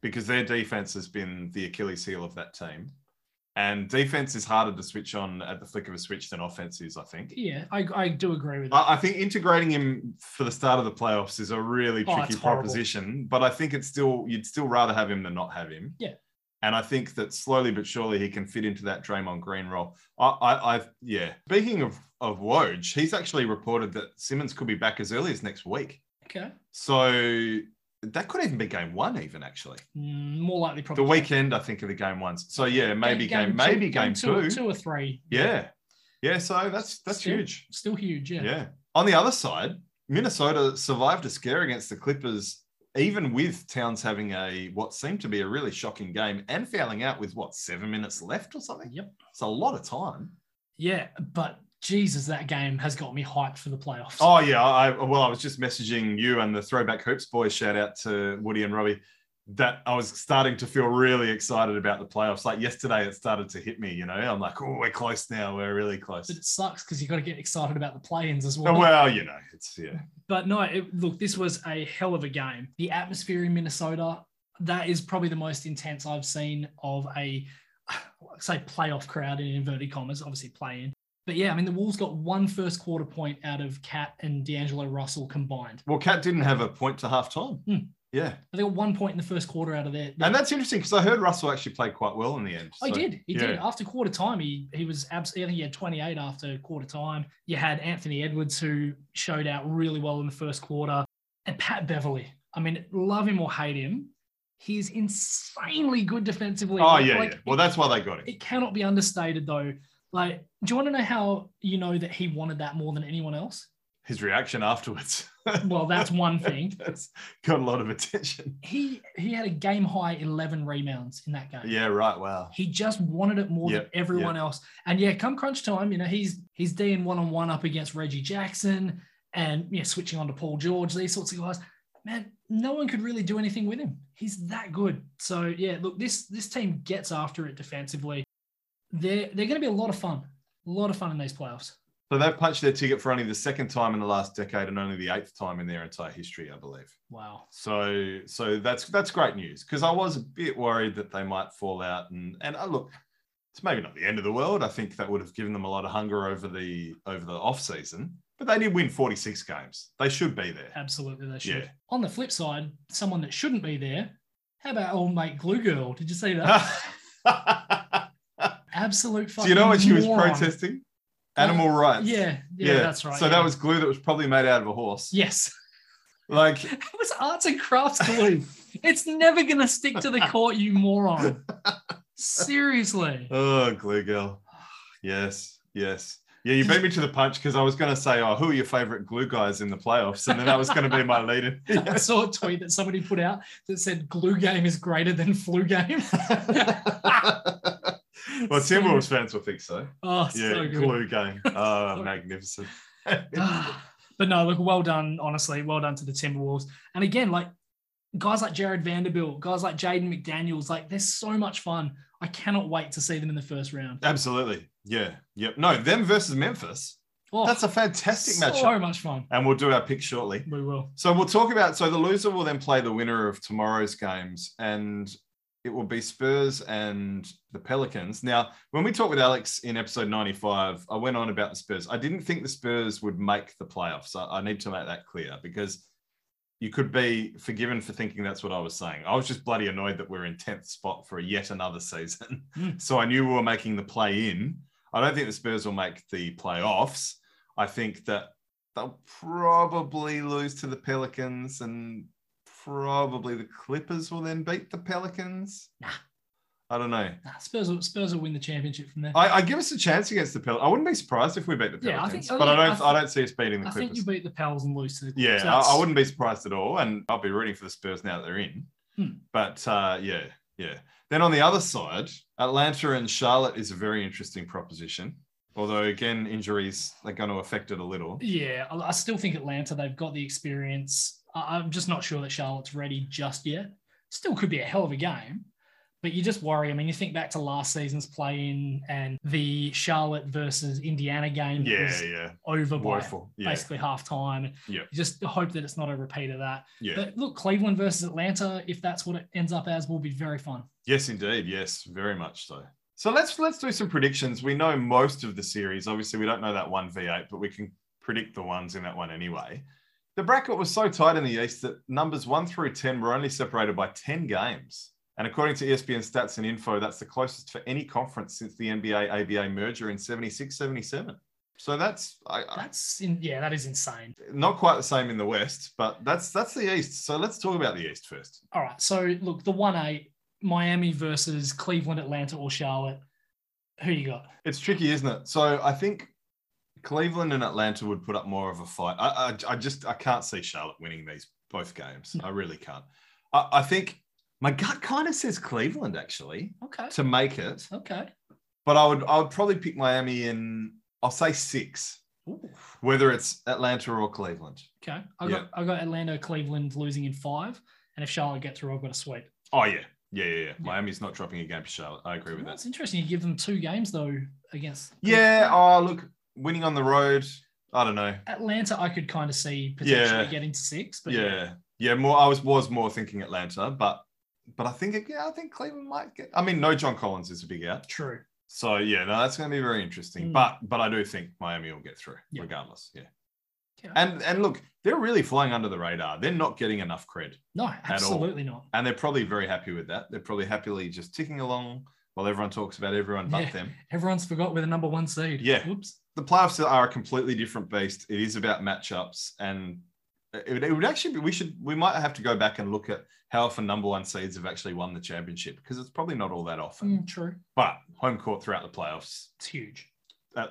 because their defense has been the Achilles heel of that team. And defense is harder to switch on at the flick of a switch than offense is, I think. Yeah, I, I do agree with that. I I think integrating him for the start of the playoffs is a really Oh, tricky it's horrible. proposition, but I think it's still you'd still rather have him than not have him. Yeah. And I think that slowly but surely he can fit into that Draymond Green role. I, I, I yeah. Speaking of of Woj, he's actually reported that Simmons could be back as early as next week. okay, So that could even be game one, even actually. Mm, more likely The probably weekend, I think, of the game ones. So yeah, maybe game, two- maybe game, or- two. two or three. Yeah. Yeah. So that's that's Still. huge. still huge. Yeah. Yeah. On the other side, Minnesota survived a scare against the Clippers, even with Towns having a what seemed to be a really shocking game and fouling out with what seven minutes left or something. Yep. It's a lot of time. Yeah, but Jesus, that game has got me hyped for the playoffs. Oh yeah. I well, I was just messaging you and the Throwback Hoops boys. Shout out to Woody and Robbie. That I was starting to feel really excited about the playoffs. Like yesterday, it started to hit me. You know, I'm like, oh, we're close now. We're really close. But it sucks because you got to get excited about the play-ins as well. Well, you know, it's yeah. but no, it, look, this was a hell of a game. The atmosphere in Minnesota, that is probably the most intense I've seen of a, say, playoff crowd in inverted commas, obviously play-in. But yeah, I mean, the Wolves got one first quarter point out of Cat and D'Angelo Russell combined. Well, Cat didn't have a point to half time. Hmm. Yeah. They got one point in the first quarter out of their. And that's interesting because I heard Russell actually played quite well in the end. I So- did. Oh, He did. yeah. After quarter time, he he was absolutely. I think he had 28 after quarter time. You had Anthony Edwards who showed out really well in the first quarter, and Pat Beverly. I mean, love him or hate him, he's insanely good defensively. Oh Like- yeah, like, yeah. Well, that's why they got It, him. it cannot be understated though. Like, do you want to know how you know that he wanted that more than anyone else? His reaction afterwards Well, that's one thing. that's got a lot of attention. He he had a game high 11 rebounds in that game. Yeah, right. Wow. He just wanted it more Yep, than everyone else. And yeah, come crunch time, you know, he's he's D'ing one on one up against Reggie Jackson and yeah, switching on to Paul George, these sorts of guys. Man, no one could really do anything with him. He's that good. So yeah, look, this this team gets after it defensively. They're they're gonna be a lot of fun. A lot of fun in these playoffs. So they've punched their ticket for only the second time in the last decade and only the eighth time in their entire history, I believe. Wow. So so that's that's great news because I was a bit worried that they might fall out and and uh, look, it's maybe not the end of the world. I think that would have given them a lot of hunger over the over the off season. But they did win 46 games. They should be there. Absolutely, they should. Yeah. On the flip side, someone that shouldn't be there. How about old mate Glue Girl? Did you see that? Uh, Absolute fucking. Do you know what she was moron. protesting? Uh, Animal rights. Yeah, yeah, that's right. So yeah. that was glue that was probably made out of a horse. Yes, Like it was arts and crafts glue. it's never gonna stick to the court, you moron. Seriously. Oh, Glue Girl. Yes, yes. Yeah, you beat me to the punch because I was going to say, oh, who are your favorite glue guys in the playoffs? And then that was going to be my lead in. I saw a tweet that somebody put out that said glue game is greater than flu game. well, Timberwolves fans will think so. Oh, Yeah, so good. glue game. Oh, magnificent. Ah. but no, look, well done, honestly. Well done to the Timberwolves. And again, like guys like Jared Vanderbilt, guys like Jaden McDaniels, like they're so much fun. I cannot wait to see them in the first round. Absolutely. Yeah, yep. No, them versus Memphis. Oh, That's a fantastic so matchup. much fun. And we'll do our pick shortly. We will. So we'll talk about. So the loser will then play the winner of tomorrow's games, and it will be Spurs and the Pelicans. Now, when we talked with Alex in episode 95, I went on about the Spurs. I didn't think the Spurs would make the playoffs. I, I need to make that clear because you could be forgiven for thinking that's what I was saying. I was just bloody annoyed that we're in 10th spot for yet another season. Mm. So I knew we were making the play in. I don't think the Spurs will make the playoffs. I think that they'll probably lose to the Pelicans and probably the Clippers will then beat the Pelicans. Nah. I don't know. Nah, Spurs, will, Spurs will win the championship from there. I, I, I give us a chance against the Pelicans. I wouldn't be surprised if we beat the Yeah, I Pelicans, think- I but I think- don't. I I, think- don't see us beating the think Clippers. you beat the Pels and lose to the yeah, Clippers. I, I That's- wouldn't be surprised at all, and I'll be rooting for the Spurs now that they're in. Hmm. But uh, yeah, yeah. Then on the other side, Atlanta and Charlotte is a very interesting proposition. Although again, injuries are going to affect it a little. Yeah, I, I still think Atlanta, they've got the experience. I, I'm just not sure that Charlotte's ready just yet. Still could be a hell of a game, but you just worry. I mean, you think back to last season's play in and the Charlotte versus Indiana game that Yeah, was yeah, over by woeful. Yeah, basically half time. Yeah. You just hope that it's not a repeat of that. yeah. But look, Cleveland versus Atlanta, if that's what it ends up as, will be very fun. Yes, indeed. Yes, very much so. So let's let's do some predictions. We know most of the series. Obviously, we don't know that one V8, but we can predict the ones in that one anyway. The bracket was so tight in the East that numbers one through ten were only separated by ten games. And according to E ESPN stats and info, that's the closest for any conference since the NBA ABA merger in 76 77. So that's I, I, That's in, yeah, that is insane. not quite the same in the West, but that's that's the East. So let's talk about the East first. All right. So look, the one eight, Miami versus Cleveland, Atlanta, or Charlotte. Who you got? It's tricky, isn't it? So I think Cleveland and Atlanta would put up more of a fight. I, I, I just I can't see Charlotte winning these both games. I really can't. I, I think my gut kind of says Cleveland actually Okay. to make it, Okay. but I would I would probably pick Miami in I'll say six, Ooh. whether it's Atlanta or Cleveland. Okay. I got I got Atlanta, Cleveland losing in five, and if Charlotte get through, I've got a sweep. Oh yeah, yeah, yeah. yeah. Miami's not dropping a game to Charlotte. I agree with Well, that. It's interesting. You give them two games though against. Yeah. Oh look, winning on the road. I don't know. Atlanta, I could kind of see potentially Yeah. getting to six, but yeah. yeah, More, I was was more thinking Atlanta, but but I think yeah, I think Cleveland might get. I mean, no, John Collins is a big out, true. so yeah, no, that's going to be very interesting. Mm. But but I do think Miami will get through Yeah. regardless. Yeah. Yeah. And and look, they're really flying under the radar. They're not getting enough cred, No, all. absolutely not. and they're probably very happy with that. They're probably happily just ticking along while everyone talks about everyone but Yeah. them. Everyone's forgot we're the number one seed. Yeah. Oops. the playoffs are a completely different beast. It is about matchups, and it would, it would actually be we should we might have to go back and look at how often number one seeds have actually won the championship because it's probably not all that often. Mm, true. But home court throughout the playoffs, It's huge. uh,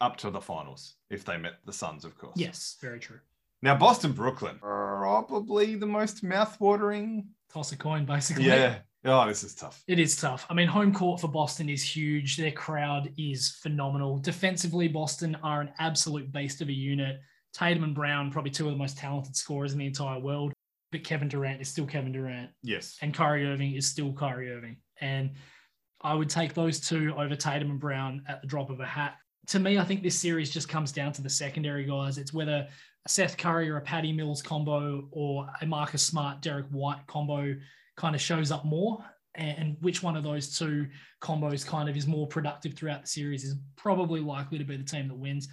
up to the finals if they met the Suns, of course. Yes, very true. Now Boston, Brooklyn, probably the most mouthwatering. Toss a coin, basically. Yeah. Oh, this is tough. It is tough. I mean, home court for Boston is huge. Their crowd is phenomenal. Defensively, Boston are an absolute beast of a unit. Tatum and Brown, probably two of the most talented scorers in the entire world. But Kevin Durant is still Kevin Durant, Yes. and Kyrie Irving is still Kyrie Irving. And I would take those two over Tatum and Brown at the drop of a hat. to me, I think this series just comes down to the secondary guys. It's whether a Seth Curry or a Patty Mills combo or a Marcus Smart, Derek White combo kind of shows up more. And, and which one of those two combos kind of is more productive throughout the series is probably likely to be the team that wins.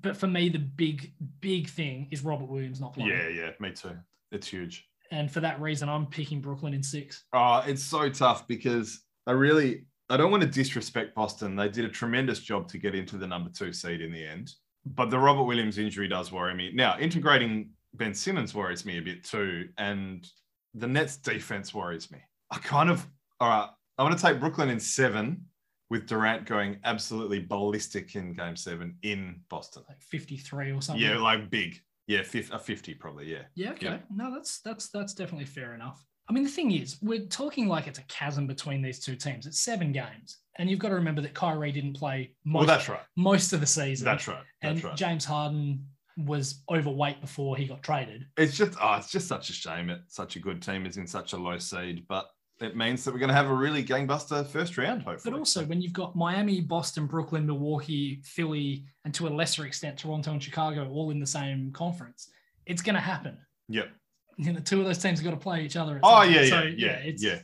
But for me, the big, big thing is Robert Williams not playing. Yeah, yeah, me too. It's huge. And for that reason, I'm picking Brooklyn in six. Oh, it's so tough because I really I don't want to disrespect Boston. They did a tremendous job to get into the number two seed in the end. But the Robert Williams injury does worry me. Now, integrating Ben Simmons worries me a bit too. And the Nets defense worries me. I kind of, all right, I want to take Brooklyn in seven with Durant going absolutely ballistic in game seven in Boston. Like 53 or something. Yeah, like big. Yeah, 50, a 50 probably. Yeah. Yeah, okay. Yeah. No, that's that's that's definitely fair enough. I mean, the thing is, we're talking like it's a chasm between these two teams. It's seven games, and you've got to remember that Kyrie didn't play most, well, that's right. most of the season. That's right. That's and right. James Harden was overweight before he got traded. It's just, oh, it's just such a shame that such a good team is in such a low seed, but it means that we're going to have a really gangbuster first round, hopefully. But also, when you've got Miami, Boston, Brooklyn, Milwaukee, Philly, and to a lesser extent, Toronto and Chicago all in the same conference, it's going to happen. yep. You know, two of those teams have got to play each other. at Oh, some yeah, point. yeah, So, yeah, it's- yeah.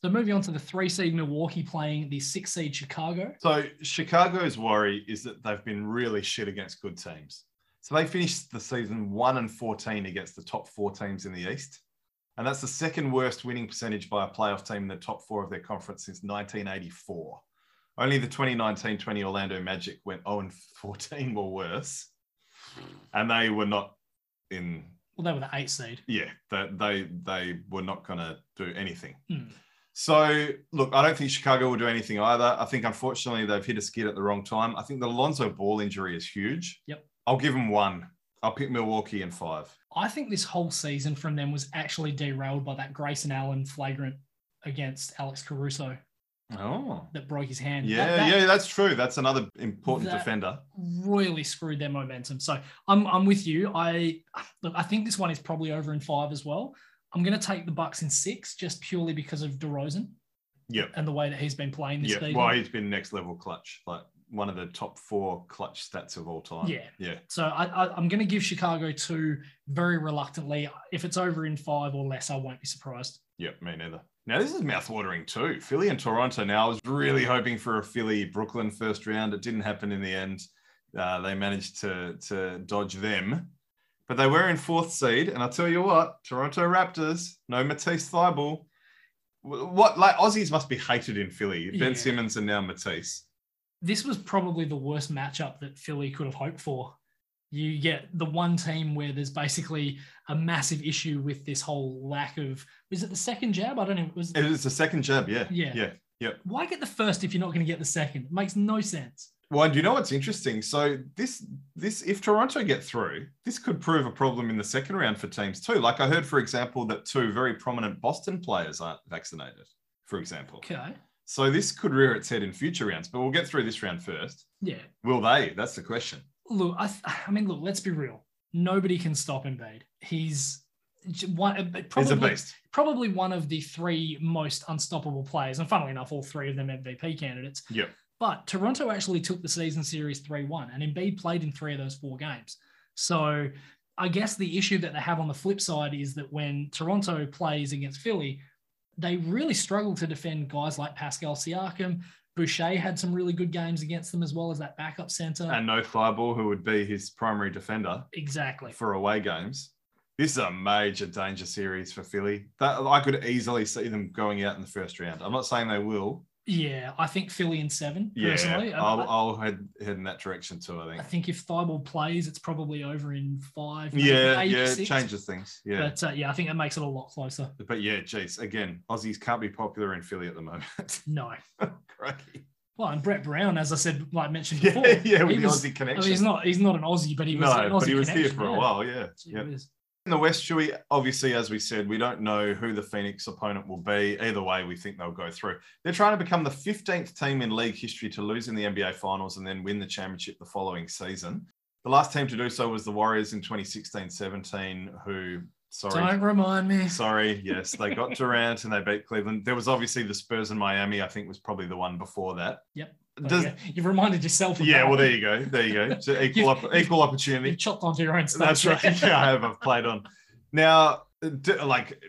So moving on to the three seed Milwaukee playing the six seed Chicago. So Chicago's worry is that they've been really shit against good teams. So they finished the season one and fourteen against the top four teams in the East, and that's the second worst winning percentage by a playoff team in the top four of their conference since 1984. Only the 2019-20 Orlando Magic went 0 and 14 or worse, and they were not in. Well, they were the eight seed. Yeah, they they, they were not going to do anything. Hmm. So, look, I don't think Chicago will do anything either. I think, unfortunately, they've hit a skid at the wrong time. I think the Lonzo Ball injury is huge. Yep. I'll give them one. I'll pick Milwaukee in five. I think this whole season from them was actually derailed by that Grayson Allen flagrant against Alex Caruso Oh. that broke his hand. Yeah, That- that yeah, that's true. That's another important That- defender. Royally screwed their momentum. So I'm I'm with you. I look, I think this one is probably over in five as well. I'm going to take the Bucks in six just purely because of DeRozan Yep. and the way that he's been playing this Yeah. season. Well, he's been next level clutch, like one of the top four clutch stats of all time. Yeah. Yeah. So I, I, I'm going to give Chicago two very reluctantly. If it's over in five or less, I won't be surprised. Yep. Me neither. Now, this is mouthwatering too. Philly and Toronto. Now, I was really hoping for a Philly Brooklyn first round. It didn't happen in the end. Uh, they managed to, to dodge them, but they were in fourth seed. And I'll tell you what, Toronto Raptors, no Matisse Thybul. Wh- What, like, Aussies must be hated in Philly. Yeah. Ben Simmons and now Matisse. this was probably the worst matchup that Philly could have hoped for. You get the one team where there's basically a massive issue with this whole lack of was it the second jab? I don't know. Was It was the second jab. Yeah. Yeah. Yeah. why get the first if you're not going to get the second? It makes no sense. Well, do you know what's interesting? So this this if Toronto get through, this could prove a problem in the second round for teams too. Like I heard, for example, that two very prominent Boston players aren't vaccinated, for example. Okay. So this could rear its head in future rounds, but we'll get through this round first. Yeah. Will they? That's the question. Look, I, th- I mean, look. Let's be real. Nobody can stop Embiid. He's j- one, uh, but He's probably a beast. probably one of the three most unstoppable players. And funnily enough, all three of them MVP candidates. Yep. But Toronto actually took the season series 3 1, and Embiid played in three of those four games. So I guess the issue that they have on the flip side is that when Toronto plays against Philly, they really struggle to defend guys like Pascal Siakam. Boucher had some really good games against them, as well as that backup center. And no Thibault, who would be his primary defender exactly. for away games. This is a major danger series for Philly. That I could easily see them going out in the first round. I'm not saying they will, Yeah, I think Philly in seven, personally. Yeah, I'll, I'll head, head in that direction too. I I think. think if Thibault plays, it's probably over in five. maybe Yeah, eight, yeah, it six. changes things. Yeah, But uh, yeah, I think that makes it a lot closer. but, yeah, geez, again, Aussies can't be popular in Philly at the moment. No. Crikey. Well, and Brett Brown, as I said, like mentioned Yeah, before, yeah, with he the was- Aussie I connection. mean, he's not he's not an Aussie, but he was an no, Aussie but he was here connection, for a yeah. while. Yeah, So he yeah. was- In the West, Stewie, obviously, as we said, we don't know who the Phoenix opponent will be. Either way, we think they'll go through. They're trying to become the 15th team in league history to lose in the NBA Finals and then win the championship the following season. The last team to do so was the Warriors in 2016 17, who, sorry, Don't remind me. Sorry, yes, they got Durant and they beat Cleveland. There was obviously the Spurs and Miami. I think was probably the one before that. Yep. Does- There you go. You've reminded yourself of yeah, that. well, there you go. There you go. So equal, op- equal opportunity. You've chopped onto your own stuff. That's right. there. Yeah, I have. I've played on. Now, do, like,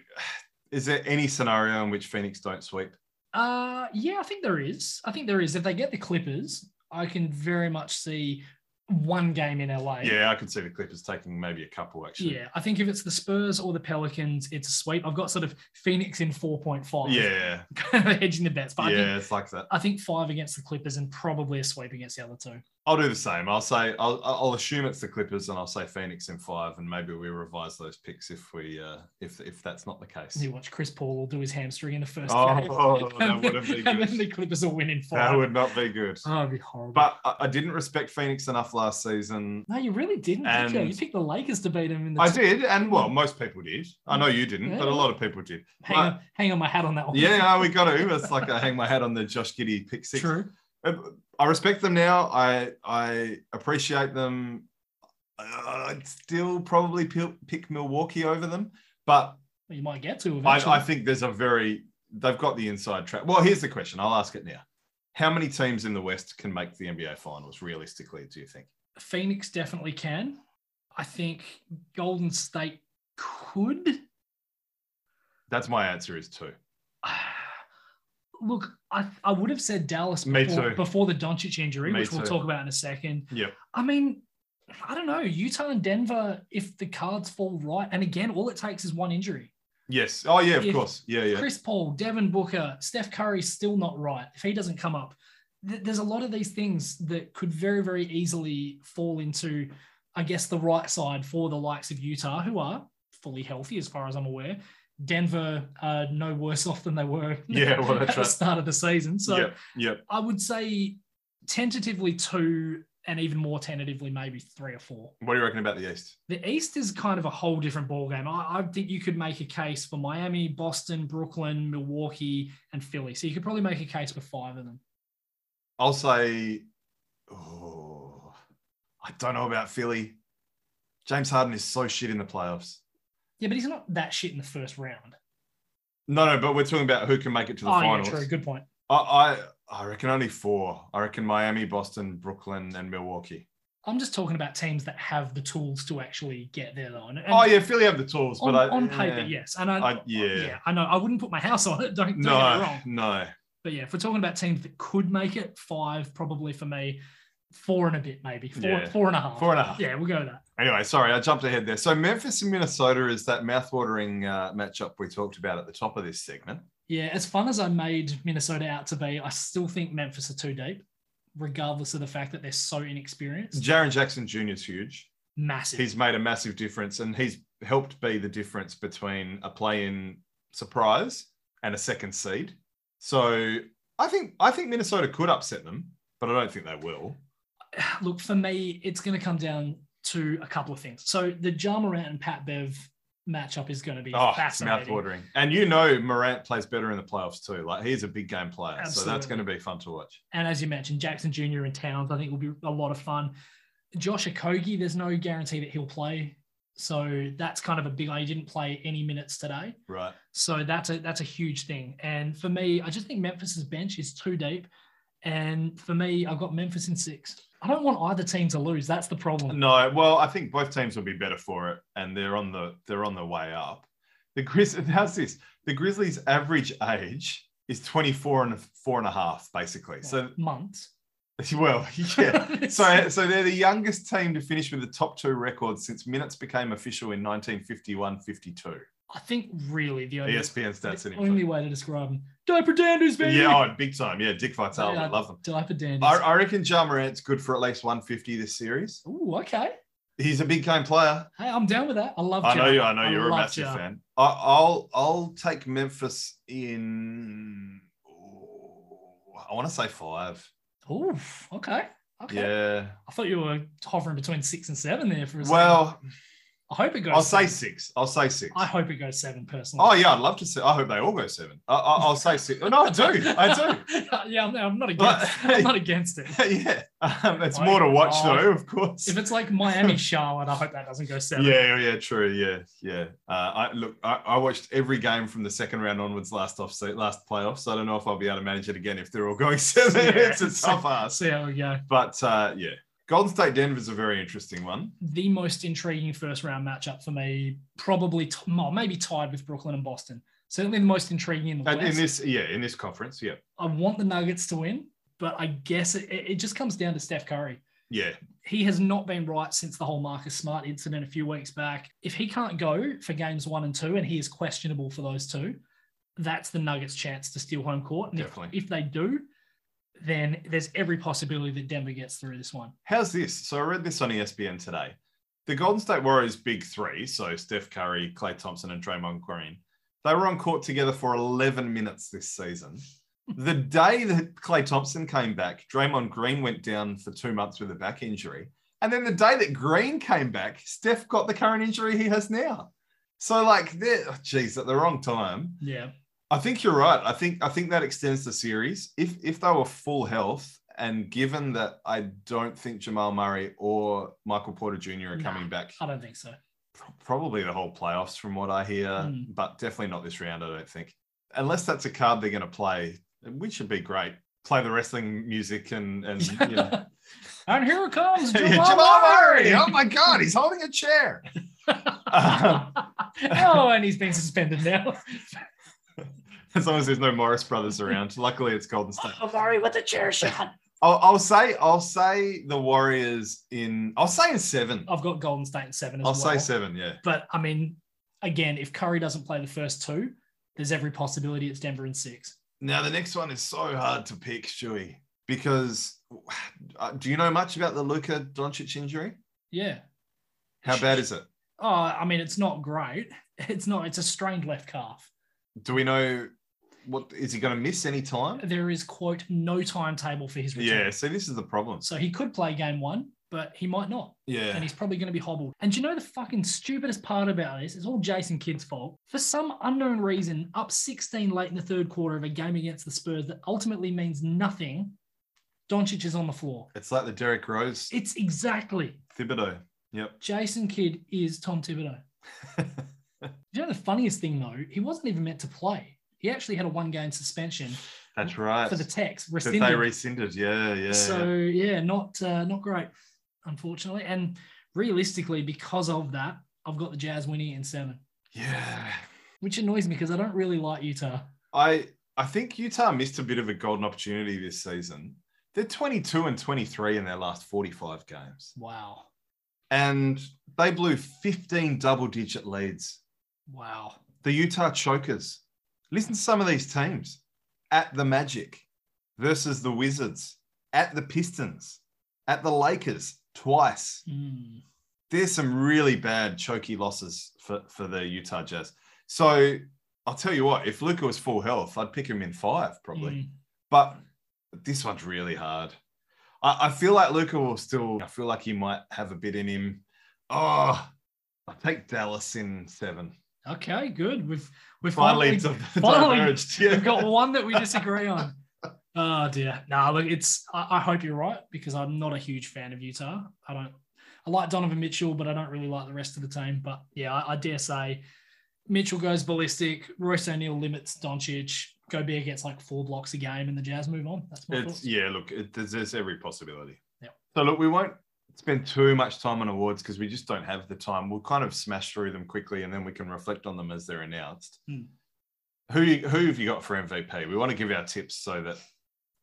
is there any scenario in which Phoenix don't sweep? Uh, yeah, I think there is. I think there is. If they get the Clippers, I can very much see one game in LA. Yeah, I could see the Clippers taking maybe a couple actually. Yeah, I think if it's the Spurs or the Pelicans, it's a sweep. I've got sort of Phoenix in 4.5. Yeah, Kind of hedging the bets. But I, think, yeah, it's like that. I think five against the Clippers and probably a sweep against the other two. I'll do the same. I'll say I'll, I'll assume it's the Clippers, and I'll say Phoenix in five, and maybe we revise those picks if we uh, if if that's not the case. You watch Chris Paul will do his hamstring in the first Oh, game. that And then- would've been And good. then the Clippers will win in five. That would not be good. oh, it'd be horrible. But I, I didn't respect Phoenix enough last season. no, you really didn't. Did you? And- you picked the Lakers to beat them in the I did, and well, most people did. I know you didn't, but a lot of people did. Hang, on, hang on my hat on that one. Yeah, no, we got to. It's like I hang my hat on the Josh Giddy pick six. Uh, True. I respect them now. I I appreciate them. Uh, I'd still probably pi- pick Milwaukee over them, but Well, you might get to I, eventually. I think there's a very they've got the inside track. Well, here's the question. I'll ask it now. How many teams in the West can make the NBA Finals realistically? Do you think? Phoenix definitely can. I think Golden State could. That's my answer is two. Look, I, I would have said Dallas Me before, too. before the Doncic injury, Me which we'll too. talk about in a second. Yep. I mean, I don't know. Utah and Denver, if the cards fall right, and again, all it takes is one injury. Yes. Oh yeah, of If course. Yeah, yeah. Chris Paul, Devin Booker, Steph Curry's still not right. If he doesn't come up, th- there's a lot of these things that could very, very easily fall into, I guess, the right side for the likes of Utah, who are fully healthy as far as I'm aware. Denver are no worse off than they were Yeah, well, that's at the right. start of the season. So yep. Yep. I would say tentatively two, and even more tentatively, maybe three or four. What do you reckon about the East? The East is kind of a whole different ballgame. I, I think you could make a case for Miami, Boston, Brooklyn, Milwaukee, and Philly. So you could probably make a case for five of them. I'll say, oh, I don't know about Philly. James Harden is so shit in the playoffs. Yeah, but he's not that shit in the first round. No, no, but we're talking about who can make it to the oh, finals. yeah, true. Good point. I, I, I reckon only four. I reckon Miami, Boston, Brooklyn, and Milwaukee. I'm just talking about teams that have the tools to actually get there, though. And, and oh yeah, Philly have the tools, on, but I, on yeah. paper, yes. And I, I- yeah. yeah, I know. I wouldn't put my house on it. Don't, don't get me No, wrong. no. But yeah, if we're talking about teams that could make it, five probably for me, four and a bit maybe, four, Yeah. four and a half. Four and a half. Yeah, we'll go with that. Anyway, sorry, I jumped ahead there. So Memphis and Minnesota is that mouthwatering uh, matchup we talked about at the top of this segment. Yeah, as fun as I made Minnesota out to be, I still think Memphis are too deep, regardless of the fact that they're so inexperienced. Jaron Jackson Jr. is huge. Massive. he's made a massive difference and he's helped be the difference between a play-in surprise and a second seed. So I think I think Minnesota could upset them, but I don't think they will. Look, for me, it's going to come down to a couple of things. So the Ja Morant and Pat Bev matchup is going to be Oh, it's fascinating. mouth-watering. And you know Morant plays better in the playoffs too. Like he's a big game player. So that's Absolutely. going to be fun to watch. And as you mentioned, Jackson Jr. and Towns, I think will be a lot of fun. Josh Okogie, there's no guarantee that he'll play. So that's kind of a big. I didn't play any minutes today. Right. So that's a that's a huge thing. And for me, I just think Memphis's bench is too deep. And for me, I've got Memphis in six. I don't want either team to lose. That's the problem. No, well, I think both teams will be better for it and they're on the they're on the way up. The Grizz how's this? The Grizzlies average age is 24 and four and a half, basically. So months. well, yeah. So, so they're the youngest team to finish with a top two record since minutes became official in 1951-52. I think really the only, ESPN stats the and info. only way to describe them. Diaper dandies, baby. Yeah, oh, big time. Yeah, Dick Vitale. Yeah. I love them. Diaper dandies. I, I reckon Ja Morant's good for at least 150 this series. Ooh, okay. He's a big game player. Hey, I'm down with that. I love. I know Ja. you. I know you're a love massive Ja. fan. I, I'll I'll take Memphis in. oh, I want to say five. Ooh, okay. Okay. Yeah. I thought you were hovering between six and seven there for a second. Well, I hope it goes. I'll say seven. six. I'll say six. I hope it goes seven personally. Oh yeah, I'd love to see. I hope they all go seven. I, I, I'll say six. No, Oh, I do. I do. do. yeah, I'm, I'm not But- against. I'm not against it. yeah, um, it's Oh, more to watch God. though, of course. If it's like Miami Charlotte, I hope that doesn't go seven. Yeah, yeah, true. Yeah, yeah. Uh, I look, I, I watched every game from the second round onwards last off last playoffs. So I don't know if I'll be able to manage it again if they're all going seven. Yeah, it's a it's tough I'll ask. see how we go. But uh, yeah, Golden State Denver's a very interesting one. The most intriguing first round matchup for me, probably t- well, maybe tied with Brooklyn and Boston. Certainly the most intriguing in the And West. in this, yeah, in this conference, yeah, I want the Nuggets to win, but I guess it, it it just comes down to Steph Curry. yeah, He has not been right since the whole Marcus Smart incident a few weeks back. If he can't go for games one and two, and he is questionable for those two, that's the Nuggets' chance to steal home court. And if- definitely. if, they do, then there's every possibility that Denver gets through this one. How's this? So I read this on E ESPN today. The Golden State Warriors' big three, so Steph Curry, Clay Thompson, and Draymond Green, they were on court together for 11 minutes this season. The day that Clay Thompson came back, Draymond Green went down for two months with a back injury. And then the day that Green came back, Steph got the current injury he has now. So, like, they're, oh, geez, at the wrong time. Yeah. I think you're right. I think I think that extends the series. If if they were full health, and given that I don't think Jamal Murray or Michael Porter Jr. are Nah. coming back, I don't think so. pro- probably the whole playoffs from what I hear, Mm. but definitely not this round. I don't think, unless that's a card they're going to play, which would be great. Play the wrestling music and and you know. and here it comes, Jamal, Yeah, Jamal Murray. Murray. Oh my God, he's holding a chair. Um, oh, and he's been suspended now. as long as there's no Morris brothers around. Luckily, it's Golden State. Murray with a chair shot. I'll, I'll say I'll say the Warriors in I'll say in seven. I've got Golden State in seven Oh, as I'll well. say seven. Yeah, But I mean, again, if Curry doesn't play the first two, there's every possibility it's Denver in six. Now the next one is so hard to pick, Stewie, because uh, do you know much about the Luka Doncic injury? Yeah. How bad is it? Oh, I mean, it's not great. It's not. It's a strained left calf. Do we know what is he going to miss any time? There is quote no timetable for his return. Yeah. See, this is the problem. So he could play game one, but he might not. and Yeah. he's probably going to be hobbled. And do you know the fucking stupidest part about this? It's all Jason Kidd's fault. For some unknown reason, up 16 late in the third quarter of a game against the Spurs that ultimately means nothing, Doncic is on the floor. It's like the Derek Rose It's exactly Thibodeau. Yep. Jason Kidd is Tom Thibodeau. Do you know the funniest thing though? He wasn't even meant to play. He actually had a one-game suspension That's right. for the text That they rescinded. rescinded. Yeah. Yeah. so yeah, not uh, not great, unfortunately. And realistically, because of that, I've got the Jazz winning it in seven. yeah. which annoys me because I don't really like Utah. I I think Utah missed a bit of a golden opportunity this season. They're 22 and 23 in their last 45 games, Wow. and they blew 15 double-digit leads. Wow. The Utah Chokers. Listen to some of these teams: at the Magic versus the Wizards, at the Pistons, at the Lakers twice. Mm. There's some really bad choky losses for for the Utah Jazz. So I'll tell you what: if Luca was full health, I'd pick him in five probably. Mm. But this one's really hard. I, I feel like Luca will still. I feel like he might have a bit in him. Oh, I take Dallas in seven. Okay, good. We've we've Finally, finally, di- finally, diverged. Yeah. we've got one that we disagree on. Oh dear. Nah, look, it's I, I hope you're right because I'm not a huge fan of Utah. I don't I like Donovan Mitchell, but I don't really like the rest of the team. But yeah, I, I dare say Mitchell goes ballistic, Royce O'Neal limits Doncic, Gobert gets like four blocks a game and the Jazz move on. That's my It's thoughts. yeah. Look, it, there's, there's every possibility. Yep. So look, we won't spend too much time on awards because we just don't have the time. We'll kind of smash through them quickly, and then we can reflect on them as they're announced. Hmm. Who you- who have you got for MVP? We want to give our tips so that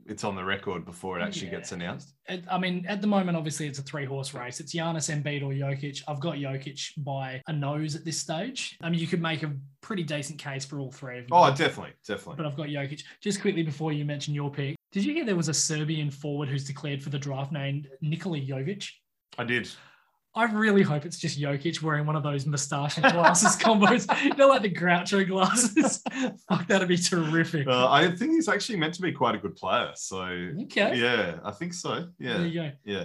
it's on the record before it actually Yeah. gets announced. It- I mean, at the moment, obviously, it's a three horse race. It's Giannis, Embiid, or Jokic. I've got Jokic by a nose at this stage. I mean, you could make a pretty decent case for all three of them. Oh, definitely, definitely. but I've got Jokic. Just quickly before you mention your pick, did you hear there was a Serbian forward who's declared for the draft named Nikola Jovic? I did. I really hope it's just Jokic wearing one of those moustache and glasses combos. You know, like the Groucho glasses. Fuck, that'd be terrific. Uh, I think he's actually meant to be quite a good player. So okay. yeah, I think so. Yeah, There you go. yeah.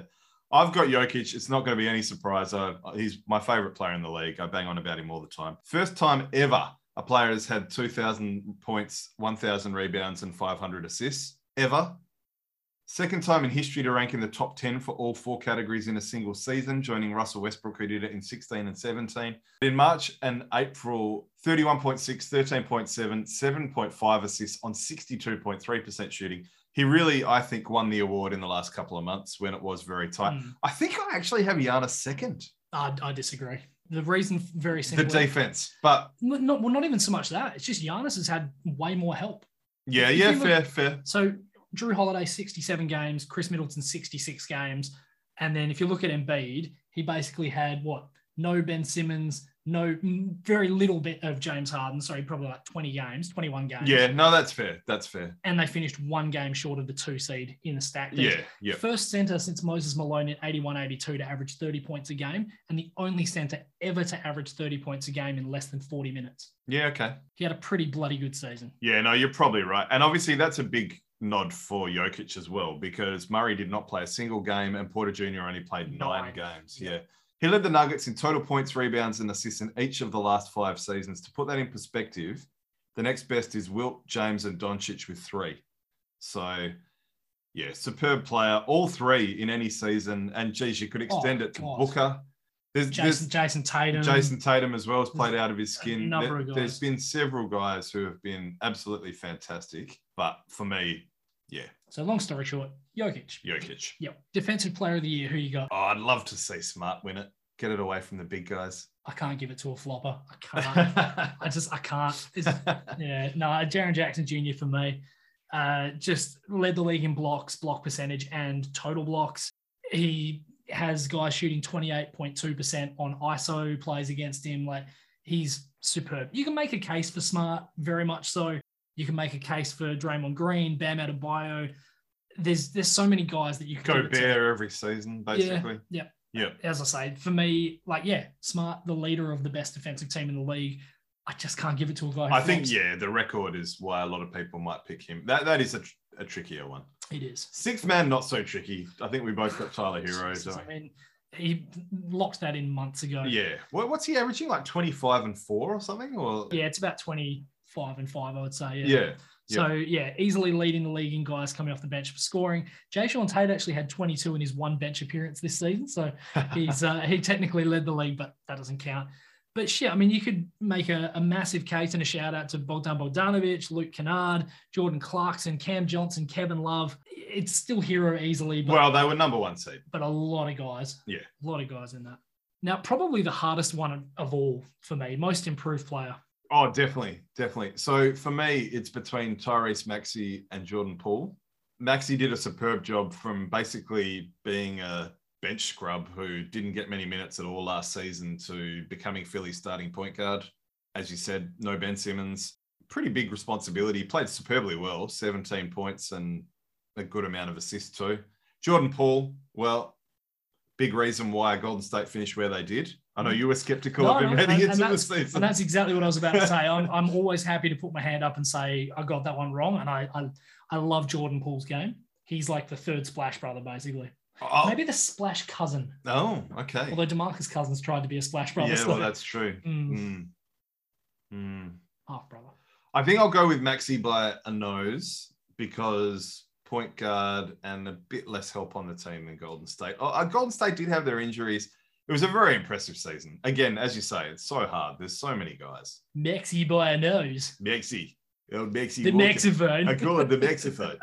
I've got Jokic. It's not going to be any surprise. I, he's my favorite player in the league. I bang on about him all the time. First time ever a player has had 2,000 points, 1,000 rebounds, and 500 assists ever. Second time in history to rank in the top 10 for all four categories in a single season, joining Russell Westbrook, who did it in 16 and 17. In March and April, 31.6, 13.7, 7.5 assists on 62.3% shooting. He really, I think, won the award in the last couple of months when it was very tight. Mm. I think I actually have Giannis second, I, I disagree. The reason, very the simple. defense. But N- not, well, not even so much that. It's just Giannis has had way more help. yeah, If yeah, you look- fair, fair. So Drew Holiday, 67 games, Chris Middleton, 66 games. And then if you look at Embiid, he basically had what? No Ben Simmons, no mm, very little bit of James Harden. Sorry, probably like 20 games, 21 games. Yeah, no, that's fair. That's fair. And they finished one game short of the two seed in the stack. Yeah, yeah. First center since Moses Malone in 81 82 to average 30 points a game, and the only center ever to average 30 points a game in less than 40 minutes. Yeah, okay. He had a pretty bloody good season. Yeah, no, you're probably right. And obviously, that's a big nod for Jokic as well, because Murray did not play a single game and Porter Jr. only played nine, Nine. games. Yeah. Yeah. He led the Nuggets in total points, rebounds, and assists in each of the last five seasons. To put that in perspective, the next best is Wilt, James, and Doncic with three. So, yeah, superb player, all three in any season. And geez, you could extend Oh, it to God. Booker. There's, there's, Jason, Jason Tatum. Jason Tatum as well has played out of his skin. number of There's guys. been several guys who have been absolutely fantastic, but for me, yeah, So long story short, Jokic. Jokic. Yep. Defensive player of the year. Who you got? Oh, I'd love to see Smart win it. Get it away from the big guys. I can't give it to a flopper. I can't. I just I can't. It's, yeah. No, Jaron Jackson Jr. for me. Uh, just led the league in blocks, block percentage, and total blocks. He has guys shooting 28.2% on ISO plays against him. Like he's superb. You can make a case for Smart, very much so. You can make a case for Draymond Green, Bam Adebayo. There's there's so many guys that you could give Go it to. bear every season, basically. yeah. Yeah. as I say, for me, like, yeah, Smart, the leader of the best defensive team in the league. I just can't give it to a guy. who I think, flops. yeah, the record is why a lot of people might pick him. That that is a, tr- a trickier one. it is. Sixth man, not so tricky. I think we both got Tyler Hero. Jesus, don't I mean, he locked that in months ago. we? eh? Yeah. What, what's he averaging? Like 25 and four or something? Or Yeah, it's about 25 and 5, I would say. Yeah. yeah. So, yeah, easily leading the league in guys coming off the bench for scoring. Jay Sean Tate actually had 22 in his one bench appearance this season. So, he's uh, he technically led the league, but that doesn't count. But shit, I mean, you could make a, a massive case and a shout out to Bogdan Bogdanovic, Luke Kennard, Jordan Clarkson, Cam Johnson, Kevin Love. It's still hero easily, but, Well, they were number one seed. but a lot of guys. Yeah. A lot of guys in that. Now, probably the hardest one of, of all for me, most improved player. Oh, definitely, definitely. So for me, it's between Tyrese Maxey and Jordan Poole. Maxey did a superb job from basically being a bench scrub who didn't get many minutes at all last season to becoming Philly's starting point guard. As you said, no Ben Simmons. Pretty big responsibility. Played superbly well, 17 points and a good amount of assists too. Jordan Paul, well, big reason why Golden State finished where they did. I know you were skeptical Mm. No, of him no, heading and- into and the that's- season. And that's exactly what I was about to say. I'm, I'm always happy to put my hand up and say I got that one wrong. And I, I, I love Jordan Poole's game. He's like the third splash brother, basically. Oh, Maybe the splash cousin. Oh, okay. Although Demarcus Cousins tried to be a splash brother, yeah, so well, that's true. Mm, Mm. Mm. half brother. I think I'll go with Maxi by a nose because point guard and a bit less help on the team than Golden State. Oh, uh, Golden State did have their injuries. It was a very impressive season. Again, as you say, it's so hard. There's so many guys. Mexi by a nose. Maxi, El Maxi, The Walker. I Mexiphone. call it the Mexico.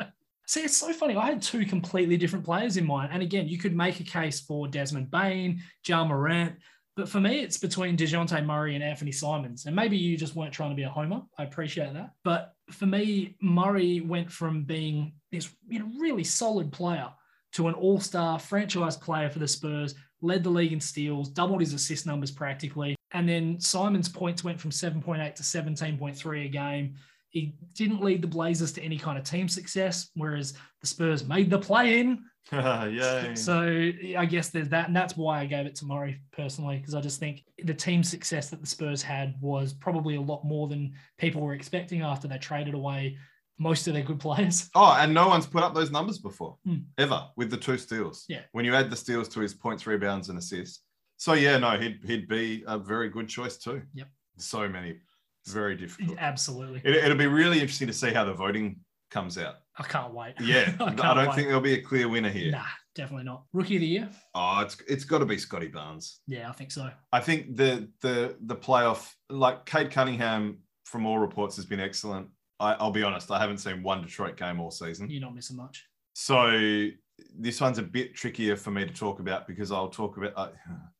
See, it's so funny. I had two completely different players in mind. And again, you could make a case for Desmond Bain, Ja Morant. But for me, it's between DeJounte Murray and Anthony Simons. And maybe you just weren't trying to be a homer. I appreciate that. But for me, Murray went from being this you know, really solid player to an all star franchise player for the Spurs, led the league in steals, doubled his assist numbers practically. And then Simon's points went from 7.8 to 17.3 a game. He didn't lead the Blazers to any kind of team success, whereas the Spurs made the play in. Yay. So I guess there's that. And that's why I gave it to Murray personally, because I just think the team success that the Spurs had was probably a lot more than people were expecting after they traded away most of their good players. Oh, and no one's put up those numbers before Hmm. ever with the two steals. Yeah. When you add the steals to his points, rebounds, and assists. So yeah, no, he'd he'd be a very good choice too. Yep. So many, very difficult. Absolutely. It, it'll be really interesting to see how the voting comes out. I can't wait. Yeah, I I, can't don't wait. think there'll be a clear winner here. Nah, definitely not. Rookie of the year? Oh, it's it's got to be Scotty Barnes. Yeah, I think so. I think the the the playoff like Kate Cunningham from all reports has been excellent. I, I'll be honest, I haven't seen one Detroit game all season. You're not missing much. So this one's a bit trickier for me to talk about because I'll talk about uh,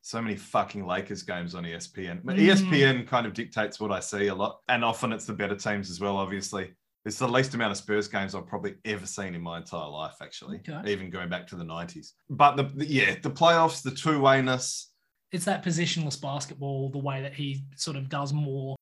so many fucking Lakers games on E ESPN. But Mm. ESPN kind of dictates what I see a lot, and often it's the better teams as well. Obviously, it's the least amount of Spurs games I've probably ever seen in my entire life, actually, Okay. even going back to the '90s. But the, the- yeah, the playoffs, the two wayness. It's that positionless basketball, the way that he sort of does more.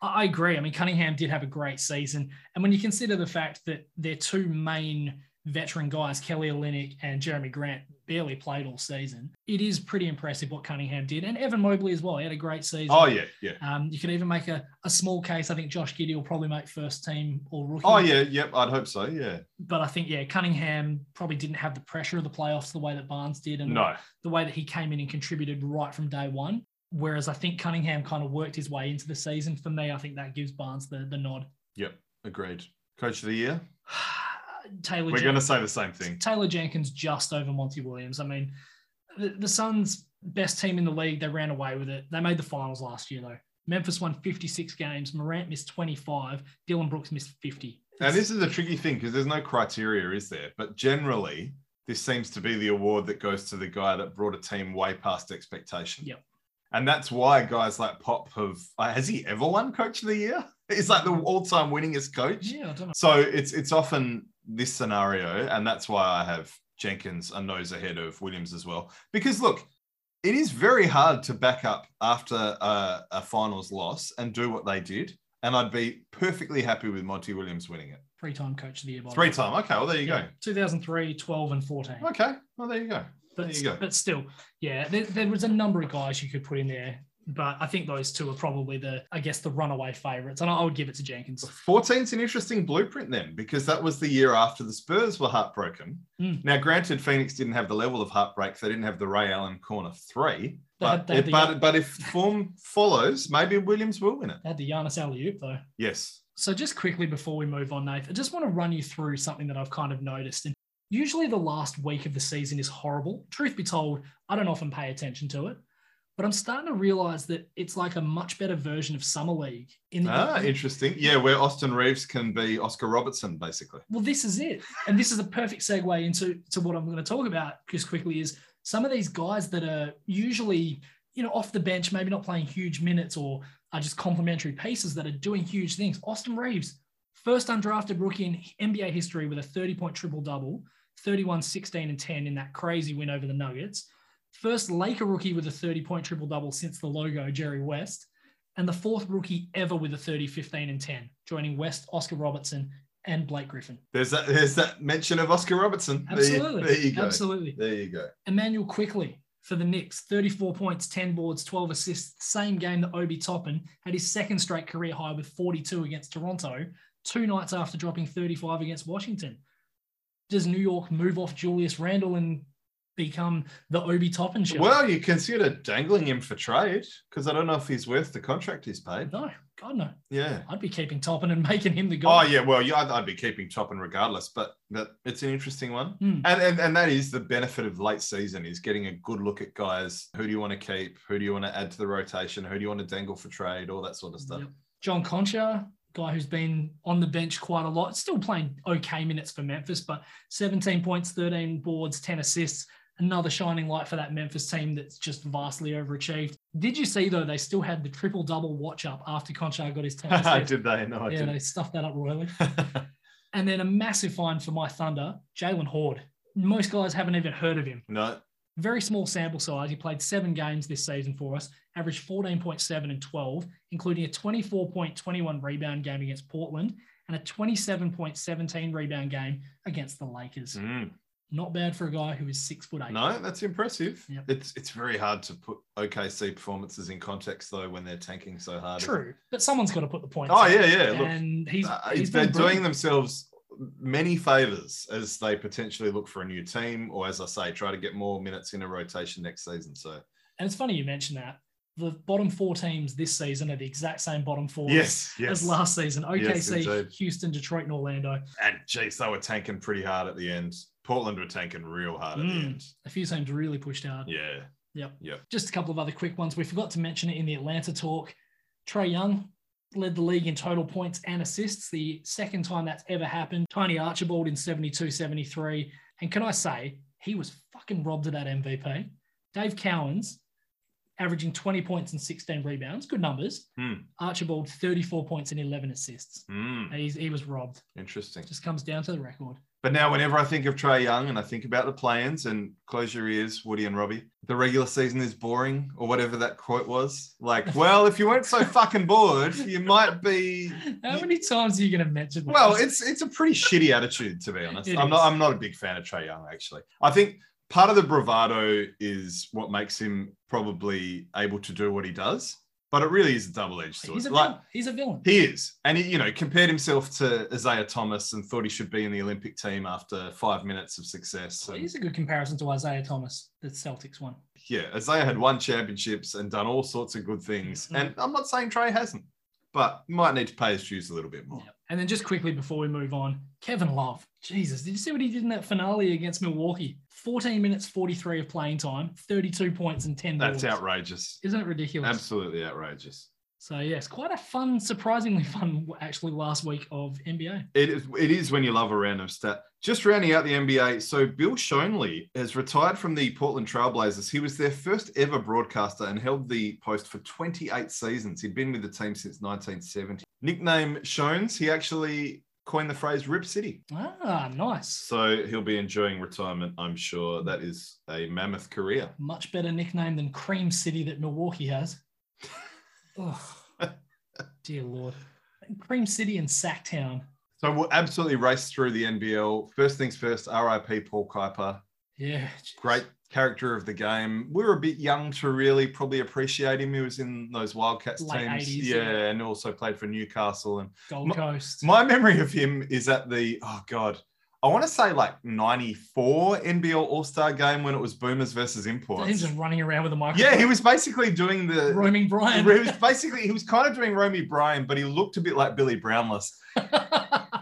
I I agree. I mean, Cunningham did have a great season. And when you consider the fact that their two main veteran guys, Kelly Olynyk and Jeremy Grant, barely played all season, it is pretty impressive what Cunningham did. And Evan Mobley as well. He had a great season. Oh yeah, yeah. Um, you could even make a, a small case. I think Josh Giddy will probably make first team or rookie. Oh yeah, yep. I'd hope so. Yeah. But I think, yeah, Cunningham probably didn't have the pressure of the playoffs the way that Barnes did and No. the way that he came in and contributed right from day one. Whereas I think Cunningham kind of worked his way into the season. For me, I think that gives Barnes the, the nod. Agreed. Coach of the year. Taylor, We're Jen- going to say the same thing. Taylor Jenkins just over Monty Williams. I mean, the, the Suns' best team in the league, they ran away with it. They made the finals last year, though. Memphis won 56 games. Morant missed 25. Dylan Brooks missed 50. And this is a tricky thing because there's no criteria, is there? But generally, this seems to be the award that goes to the guy that brought a team way past expectation. Yep. And that's why guys like Pop have. uh, has he ever won Coach of the Year? He's like the all-time winningest coach. yeah, I don't know. So it's it's often this scenario, and that's why I have Jenkins a nose ahead of Williams as well. Because look, it is very hard to back up after a, a finals loss and do what they did. And I'd be perfectly happy with Monty Williams winning it Three time coach of the year. by the three way. time. Okay, well there you Yeah, 2003, 12, and 14. go. Okay, well there you go. but, there you go. but still, yeah, there, there was a number of guys you could put in there. But I think those two are probably the, I guess, the runaway favorites. And I, I would give it to Jenkins. 14's an interesting blueprint then, because that was the year after the Spurs were heartbroken. Mm. Now, granted, Phoenix didn't have the level of heartbreak; they didn't have the Ray Allen corner three. They But had- they had the- but, but if form follows, maybe Williams will win it. They had the Giannis alley though. Yes. So just quickly before we move on, Nath, I just want to run you through something that I've kind of noticed. And usually the last week of the season is horrible. Truth be told, I don't often pay attention to it. But I'm starting to realize that it's like a much better version of Summer League. In the, Ah, interesting. Yeah, where Austin Reeves can be Oscar Robertson, basically. well, this is it. And this is a perfect segue into to what I'm going to talk about just quickly is some of these guys that are usually, you know, off the bench, maybe not playing huge minutes or are just complementary pieces that are doing huge things. Austin Reeves, first undrafted rookie in NBA history with a 30 point triple double, 31, 16, and 10 in that crazy win over the Nuggets. First Laker rookie with a 30 point triple double since the logo, Jerry West. And the fourth rookie ever with a 30, 15, and 10, joining West, Oscar Robertson, and Blake Griffin. There's that. There's that mention of Oscar Robertson. There you- Absolutely. There you go. Absolutely. There you go. Emmanuel quickly for the Knicks, 34 points, 10 boards, 12 assists. Same game that Obi Toppin had his second straight career high with 42 against Toronto, two nights after dropping 35 against Washington. Does New York move off Julius Randle and become the Obi Toppin show? Well, you consider dangling him for trade because I don't know if he's worth the contract he's paid. no, God, no. Yeah. I'd be keeping Toppin and making him the Oh guy. yeah, well yeah, I'd, I'd be keeping Toppin regardless, but but it's an interesting one, Hmm. and, and and that is the benefit of late season is getting a good look at guys. Who do you want to keep? Who do you want to add to the rotation? Who do you want to dangle for trade? All that sort of stuff. Yep. John Concha, guy who's been on the bench quite a lot, still playing okay minutes for Memphis, but 17 points, 13 boards, 10 assists. Another shining light for that Memphis team that's just vastly overachieved. Did you see though they still had the triple double watch up after Concha got his 10 assists? did they? No, I yeah, they didn't. stuffed that up royally. And then a massive find for my Thunder, Jalen Horde. Most guys haven't even heard of him. no, Very small sample size. He played seven games this season for us, averaged 14.7 and 12, including a 24.21 rebound game against Portland and a 27.17 rebound game against the Lakers. Mm. Not bad for a guy who is six foot eight. No, that's impressive. Yep. It's it's very hard to put OKC performances in context though when they're tanking so hard. True, but someone's got to put the points. Oh in. yeah, yeah. Look, and he's, Uh, he's they're been doing doing themselves many favors as they potentially look for a new team, or as I say, try to get more minutes in a rotation next season. So And it's funny you mention that. The bottom four teams this season are the exact same bottom four yes, as yes, last season. Yes, OKC, indeed. Houston, Detroit, and Orlando. and geez, they were tanking pretty hard at the end. Portland were tanking real hard at the Mm. end. A few teams really pushed hard. Yeah, Just a couple of other quick ones. We forgot to mention it in the Atlanta talk. Trey Young led the league in total points and assists, the second time that's ever happened. Tiny Archibald in 72 73. And can I say, he was fucking robbed of that MVP. Dave Cowens averaging 20 points and 16 rebounds. Good numbers. Hmm. Archibald, 34 points and 11 assists. Mm, He's, he was robbed. interesting. Just comes down to the record. But now, whenever I think of Trey Young and I think about the play-ins, and close your ears, Woody and Robbie, the regular season is boring, or whatever that quote was. Like, well, if you weren't so fucking bored, you might be How many times are you going to mention that? Well, it's it's a pretty shitty attitude to be honest. It I'm is. not I'm not a big fan of Trey Young actually. I think part of the bravado is what makes him probably able to do what he does, but it really is a double edged sword. he's a, like villain. he's a villain. he is, and he you know compared himself to Isaiah Thomas and thought he should be in the Olympic team after five minutes of success. Well, And- He's a good comparison to Isaiah Thomas, the Celtics one. yeah, Isaiah had won championships and done all sorts of good things, Mhm. and I'm not saying Trey hasn't, but might need to pay his dues a little bit more. And then just quickly before we move on, Kevin Love. Jesus, did you see what he did in that finale against Milwaukee? 14 minutes 43 of playing time, 32 points and 10 That's boards. outrageous. Isn't it ridiculous? Absolutely outrageous. So yes, quite a fun, surprisingly fun actually last week of NBA. It is, it is when you love a random stat. Just rounding out the NBA, so Bill Shonley has retired from the Portland Trailblazers. He was their first ever broadcaster and held the post for 28 seasons. He'd been with the team since 1970. Nickname Shones, he actually coined the phrase Rip City. Ah, nice. So he'll be enjoying retirement, I'm sure. That is a mammoth career. Much better nickname than Cream City that Milwaukee has. oh, dear lord. Cream City and Sacktown. So we'll absolutely race through the NBL. First things first, RIP Paul Kuiper. Yeah. great character of the game. We were a bit young to really probably appreciate him. He was in those Wildcats Late teams, 80s, yeah, yeah. and also played for Newcastle. And Gold My- Coast. my memory of him is at the oh god, I want to say like '94 NBL All Star game when it was Boomers versus Him Imports. just running around with a microphone. Yeah, he was basically doing the. roaming He Brian. was basically he was kind of doing Romy Bryan, but he looked a bit like Billy Brownless.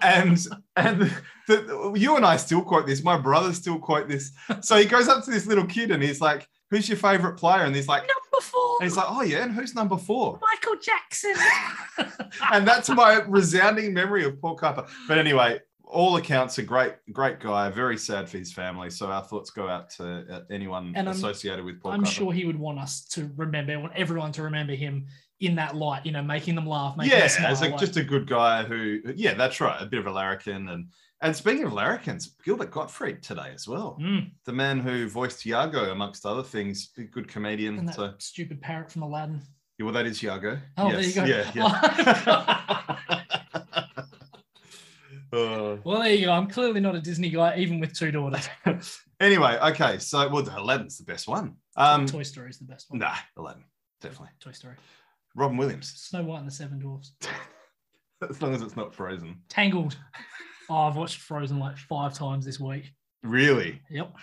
and and the, you and I still quote this. My brother still quote this. So he goes up to this little kid and he's like, "Who's your favorite player?" And he's like, Number four, and he's like, "Oh yeah, and who's number four? Michael Jackson. And that's my resounding memory of Paul Kuiper. But anyway, all accounts, a great great guy. Very sad for his family. So our thoughts go out to uh, anyone And I'm- associated with Paul. I'm Kuiper. sure he would want us to remember, want everyone to remember him in that light, you know, making them laugh, making Yeah, them smile. as a, like- just a good guy who, yeah, that's right, a bit of a larrikin. And and speaking of larrikins, Gilbert Gottfried today as well. Mm, the man who voiced Iago, amongst other things, a good comedian. and that So, stupid parrot from Aladdin. yeah, well, that is Iago. Oh, there you go. Yeah, yeah. Oh. Well, there you go. I'm clearly not a Disney guy, even with two daughters. anyway, okay. So, well, Aladdin's the best one. Um, Toy Story is the best one. nah, Aladdin, definitely. Toy Story. Robin Williams, Snow White and the Seven Dwarfs. as long as it's not Frozen. Tangled. Oh, I've watched Frozen like five times this week. Really, Yep.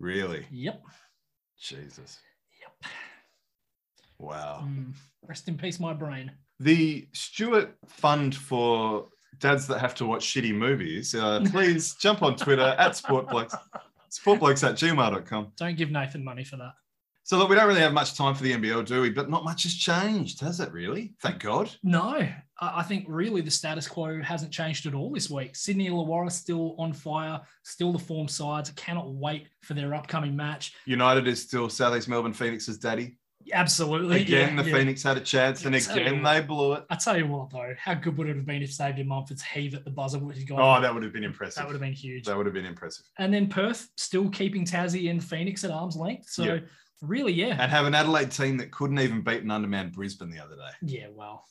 really. Yep. Jesus. Yep. Wow. Mm. Rest in peace, my brain. the Stewart Fund for dads that have to watch shitty movies, uh, please jump on Twitter at sportblokes, sportblokes at gmail.com. Don't give Nathan money for that. So look, we don't really have much time for the NBL, do we? But not much has changed, has it really? Thank God. No, I I think really the status quo hasn't changed at all this week. Sydney and Illawarra still on fire, still the form sides. Cannot wait for their upcoming match. United is still Southeast Melbourne Phoenix's daddy. Absolutely. Again, yeah, the yeah. Phoenix had a chance, and Yeah, tell you again what. they blew it. I tell you what, though, how good would it have been if Xavier Mumford's heave at the buzzer would have gone? Oh, that would have been impressive. that would have been huge. That would have been impressive. And then Perth still keeping Tassie and Phoenix at arm's length. So Yeah. really, yeah, And have an Adelaide team that couldn't even beat an undermanned Brisbane the other day. yeah. Well,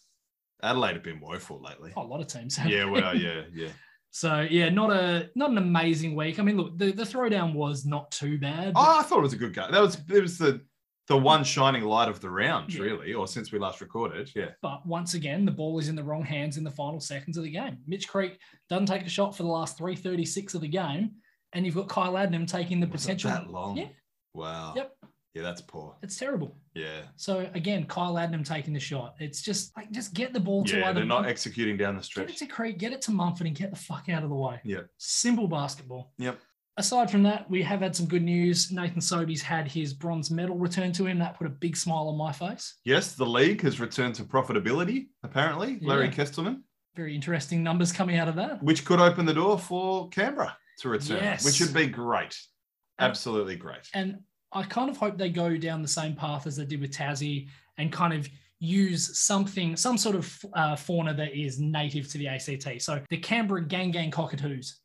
Adelaide have been woeful lately. Oh, a lot of teams. have. Yeah, well, yeah, yeah. So yeah, not a not an amazing week. I mean, look, the, the throwdown was not too bad. Oh, I thought it was a good game. That was it was the the one shining light of the round, Yeah. really, or since we last recorded. Yeah. But once again, the ball is in the wrong hands in the final seconds of the game. Mitch Creek doesn't take a shot for the last 336 of the game, and you've got Kyle Adnam taking the Was it potential. that long. Yeah. Wow. Yep. Yeah, that's poor. It's terrible. Yeah. So again, Kyle Adnam taking the shot. It's just like just get the ball to yeah, either they're not executing down the get it stretch. to Creek, get it to Mumford, and get the fuck out of the way. Yep. Simple basketball. Yep. Aside from that, we have had some good news. Nathan Sobey's had his bronze medal returned to him. That put a big smile on my face. Yes, the league has returned to profitability, apparently, Larry Yeah. Kestelman, Very interesting numbers coming out of that. which could open the door for Canberra to return, Yes. which would be great. And- Absolutely great. And I kind of hope they go down the same path as they did with Tassie and kind of use something, some sort of uh, fauna that is native to the ACT. So the Canberra Gang Gang Cockatoos.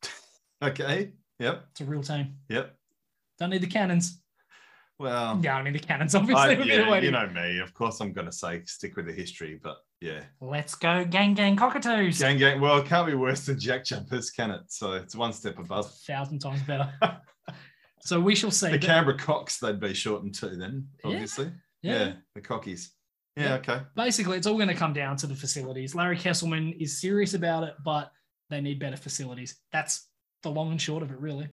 Okay. Yep. It's a real team. Yep. Don't need the cannons. Well, Yeah, I need the cannons, Oh. I- obviously. We've been yeah, waiting. you know me. Of course, I'm going to say stick with the history, but yeah. Let's go, Gang Gang Cockatoos. Gang, gang. Well, it can't be worse than Jack Jumpers, can it? So it's one step A above. thousand times better. so we shall see. The But- Canberra Cocks, they'd be shortened to then, Yeah. obviously. Yeah. yeah. the Cockies. Yeah. Yeah, okay. Basically, it's all going to come down to the facilities. Larry Kesselman is serious about it, but they need better facilities. That's the long and short of it, really.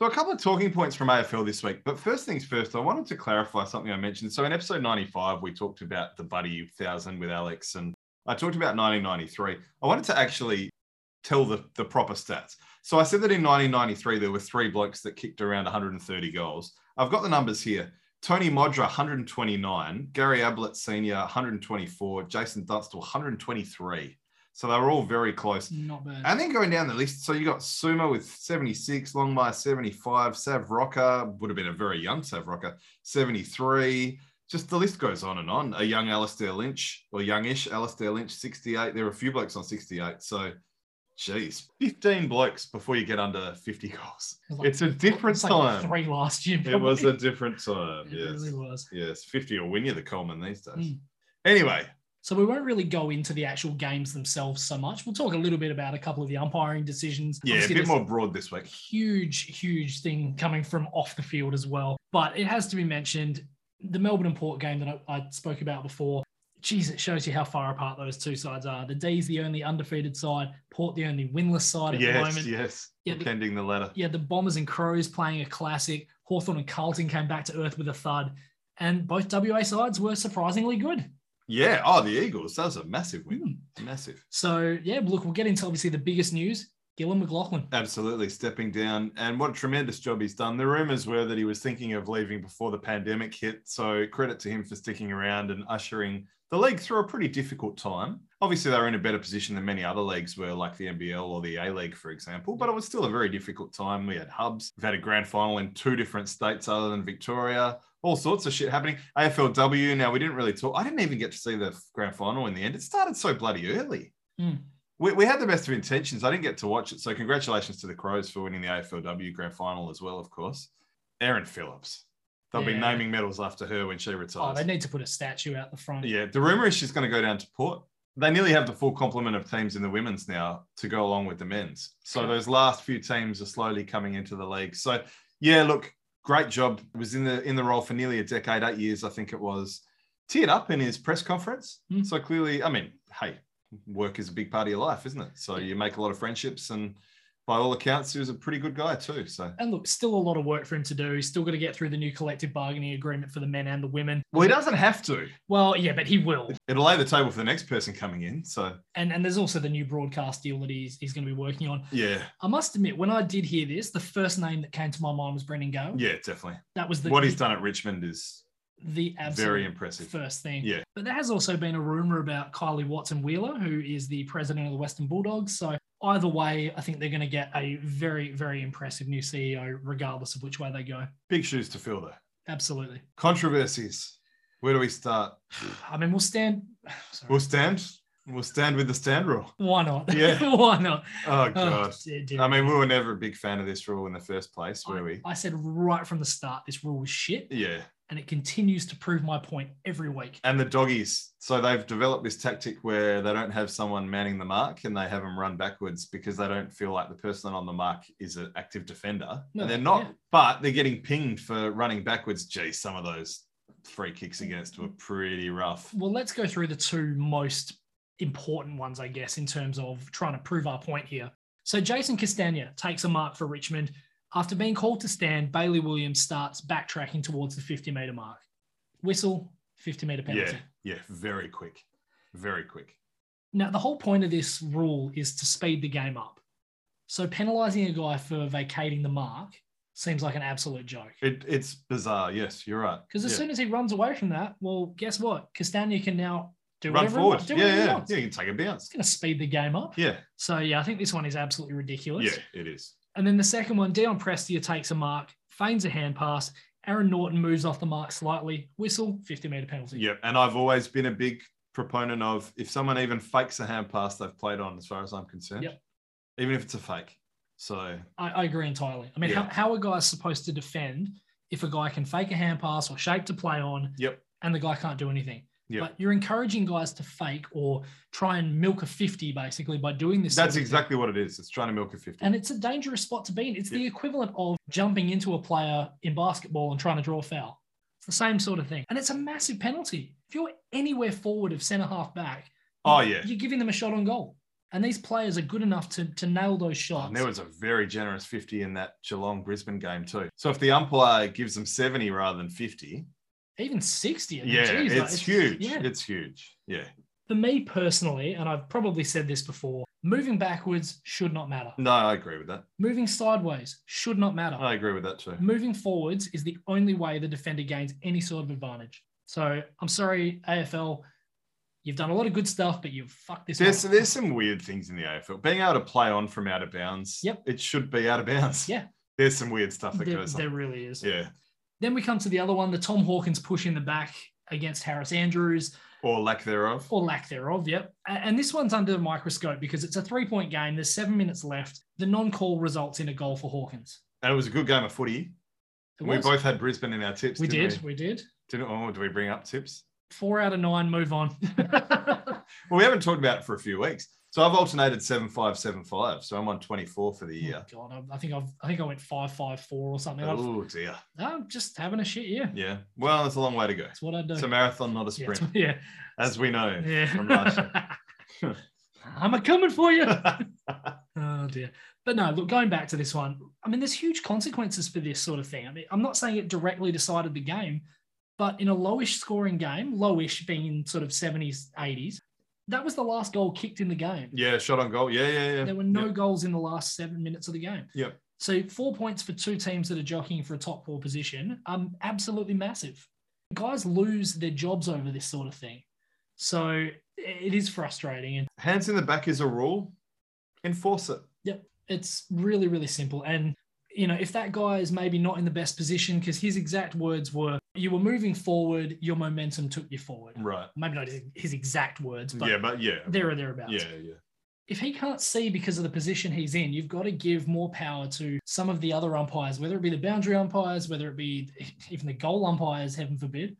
So a couple of talking points from AFL this week, but first things first, I wanted to clarify something I mentioned. So in episode 95, we talked about the Buddy Thousand with Alex, and I talked about 1993. I wanted to actually tell the, the proper stats. So I said that in 1993, there were three blokes that kicked around 130 goals. I've got the numbers here. Tony Modra, 129. Gary Ablett Sr., 124. Jason Dunstall, 123. So they were all very close. Not bad. And then going down the list, so you got Suma with 76, Longmire 75, Sav Rocker, would have been a very young Sav Rocker, 73. Just the list goes on and on. A young Alistair Lynch or youngish Alistair Lynch, 68. There were a few blokes on 68. So, geez, 15 blokes before you get under 50 goals. It was like- It's a different it's like time. Three last year. It was probably. a different time. It really Yes. was. Yes. 50 will win you the Coleman these days. Mm. Anyway, So we won't really go into the actual games themselves so much. We'll talk a little bit about a couple of the umpiring decisions. yeah, a Obviously, bit there's more broad this week. huge, huge thing coming from off the field as well. But it has to be mentioned the Melbourne and Port game that I, I spoke about before. Geez, it shows you how far apart those two sides are. The D's the only undefeated side, Port the only winless side at the Yes, moment. Yeah. yes. Yeah, the- Pending the ladder. the Bombers and Crows playing a classic. Hawthorn and Carlton came back to earth with a thud. And both WA sides were surprisingly good. Yeah. Oh, the Eagles. That was a massive win. Hmm. Massive. So, yeah, look, we'll get into obviously the biggest news Gillan McLaughlin. Absolutely stepping down. And what a tremendous job he's done. The rumors were that he was thinking of leaving before the pandemic hit. So credit to him for sticking around and ushering the league through a pretty difficult time. Obviously, they were in a better position than many other leagues were, like the NBL or the A League, for example, but it was still a very difficult time. We had hubs. We've had a grand final in two different states other than Victoria. All sorts of shit happening. AFLW, now we didn't really talk. I didn't even get to see the grand final in the end. It started so bloody early. Hmm. We, we had the best of intentions. I didn't get to watch it. So, congratulations to the Crows for winning the AFLW grand final as well, of course. Erin Phillips. They'll be Yeah. naming medals after her when she Oh, retires. they need to put a statue out the front. Yeah, the rumor is she's going to go down to Port. They nearly have the full complement of teams in the women's now to go along with the men's. So Okay. those last few teams are slowly coming into the league. So yeah, look, great job. Was in the in the role for nearly a decade, eight years, I think it was. Teared up in his press conference. Mm. So clearly, I mean, hey, work is a big part of your life, isn't it? So you make a lot of friendships, and by all accounts, he was a pretty good guy too. So And look, still a lot of work for him to do. He's still got to get through the new collective bargaining agreement for the men and the women. well, he doesn't have to. Well, yeah, but he will. It'll lay the table for the next person coming in. So And and there's also the new broadcast deal that he's he's going to be working on. yeah, I must admit, when I did hear this, the first name that came to my mind was Brendan Gale. yeah, definitely. That was the what he's done at Richmond is the absolute very impressive. first thing. Yeah. But there has also been a rumor about Kylie Watson Wheeler, who is the president of the Western Bulldogs. So either way, I think they're going to get a very, very impressive new CEO, regardless of which way they go. Big shoes to fill though. Absolutely. Controversies. Where do we start? I mean, we'll stand. Sorry. We'll stand. We'll stand with the stand rule. Why not? Yeah. Why not? Oh Oh, god. dear, dear. I mean, we were never a big fan of this rule in the first place, were we? I said right from the start, this rule was shit. Yeah. and it continues to prove my point every week. And the doggies. So they've developed this tactic where they don't have someone manning the mark and they have them run backwards because they don't feel like the person on the mark is an active defender. No, and they're not, yeah. but they're getting pinged for running backwards. Geez, some of those free kicks against were pretty rough. Well, let's go through the two most important ones, I guess, in terms of trying to prove our point here. So Jason Castagna takes a mark for Richmond. After being called to stand, Bailey Williams starts backtracking towards the 50 meter mark. Whistle, 50 meter penalty. Yeah, yeah, very quick. Very quick. Now, the whole point of this rule is to speed the game up. So penalizing a guy for vacating the mark seems like an absolute joke. It, it's bizarre. Yes, you're right. Because as Yeah. soon as he runs away from that, well, guess what? Castagna can now do Run whatever he forward. wants. Do Yeah, whatever he yeah. wants. Yeah, you can take a bounce. It's going to speed the game up. Yeah. So, yeah, I think this one is absolutely ridiculous. Yeah, it is. And then the second one, Dion Prestia takes a mark, feigns a hand pass. Aaron Norton moves off the mark slightly. Whistle, 50 meter penalty. Yeah, and I've always been a big proponent of if someone even fakes a hand pass, they've played on, as far as I'm concerned. Yep. Even if it's a fake. So I, I agree entirely. I mean, Yeah. how, how are guys supposed to defend if a guy can fake a hand pass or shape to play on Yep. and the guy can't do anything? Yep. But you're encouraging guys to fake or try and milk a 50 basically by doing this. that's sort of thing. exactly what it is. It's trying to milk a 50. And it's a dangerous spot to be in. It's the equivalent of jumping into a player in basketball and trying to draw a foul. It's the same sort of thing. And it's a massive penalty. If you're anywhere forward of centre half back, oh, yeah. you're giving them a shot on goal. And these players are good enough to, to nail those shots. And Oh, there was a very generous 50 in that Geelong Brisbane game, too. So if the umpire gives them 70 rather than 50, Even 60. I mean, yeah, geez, like, it's huge. Yeah. It's huge. Yeah. For me personally, and I've probably said this before, moving backwards should not matter. No, I agree with that. Moving sideways should not matter. I agree with that, too. moving forwards is the only way the defender gains any sort of advantage. So I'm sorry, AFL, you've done a lot of good stuff, but you've fucked this. There's, one up. there's some weird things in the AFL. Being able to play on from out of bounds, Yep. it should be out of bounds. Yeah. There's some weird stuff that there, goes there on. really is. Yeah. Then we come to the other one, the Tom Hawkins push in the back against Harris Andrews, Or lack thereof. or lack thereof. Yep. A- And this one's under the microscope because it's a three-point game. There's seven minutes left. The non-call results in a goal for Hawkins. And it was a good game of footy. It we was. both had Brisbane in our tips. we didn't did. We did. We? Didn't, oh, do we bring up tips? Four out of nine. Move on. Well, we haven't talked about it for a few weeks. So I've alternated seven five seven five. So I'm on 24 for the year. Oh, God, I, I think I've, I think I went five five four or something. I've- Oh, dear. I'm just having a shit year. Yeah. Well, it's a long way to go. That's what I do. It's a marathon, not a yeah, sprint, it's- yeah, as we know yeah. from last year. I'm a coming for you. oh dear. But no, look, going back to this one, I mean, there's huge consequences for this sort of thing. I mean, I'm not saying it directly decided the game, but in a lowish scoring game, lowish being in sort of 70s, 80s, that was the last goal kicked in the game. Yeah, shot on goal. Yeah, yeah, yeah. There were no goals in the last seven minutes of the game. Yep. So four points for two teams that are jockeying for a top four position, um, absolutely massive. Guys lose their jobs over this sort of thing, so it is frustrating, and Hands in the back is a rule. Enforce it. it's really, really simple. And you know, if that guy is maybe not in the best position, because his exact words were, "You were moving forward, your momentum took you forward." Right. Mm, Maybe not his, his exact words, but yeah, but yeah. there or thereabouts. yeah, yeah. if he can't see because of the position he's in, you've got to give more power to some of the other umpires, whether it be the boundary umpires, whether it be even the goal umpires, heaven forbid.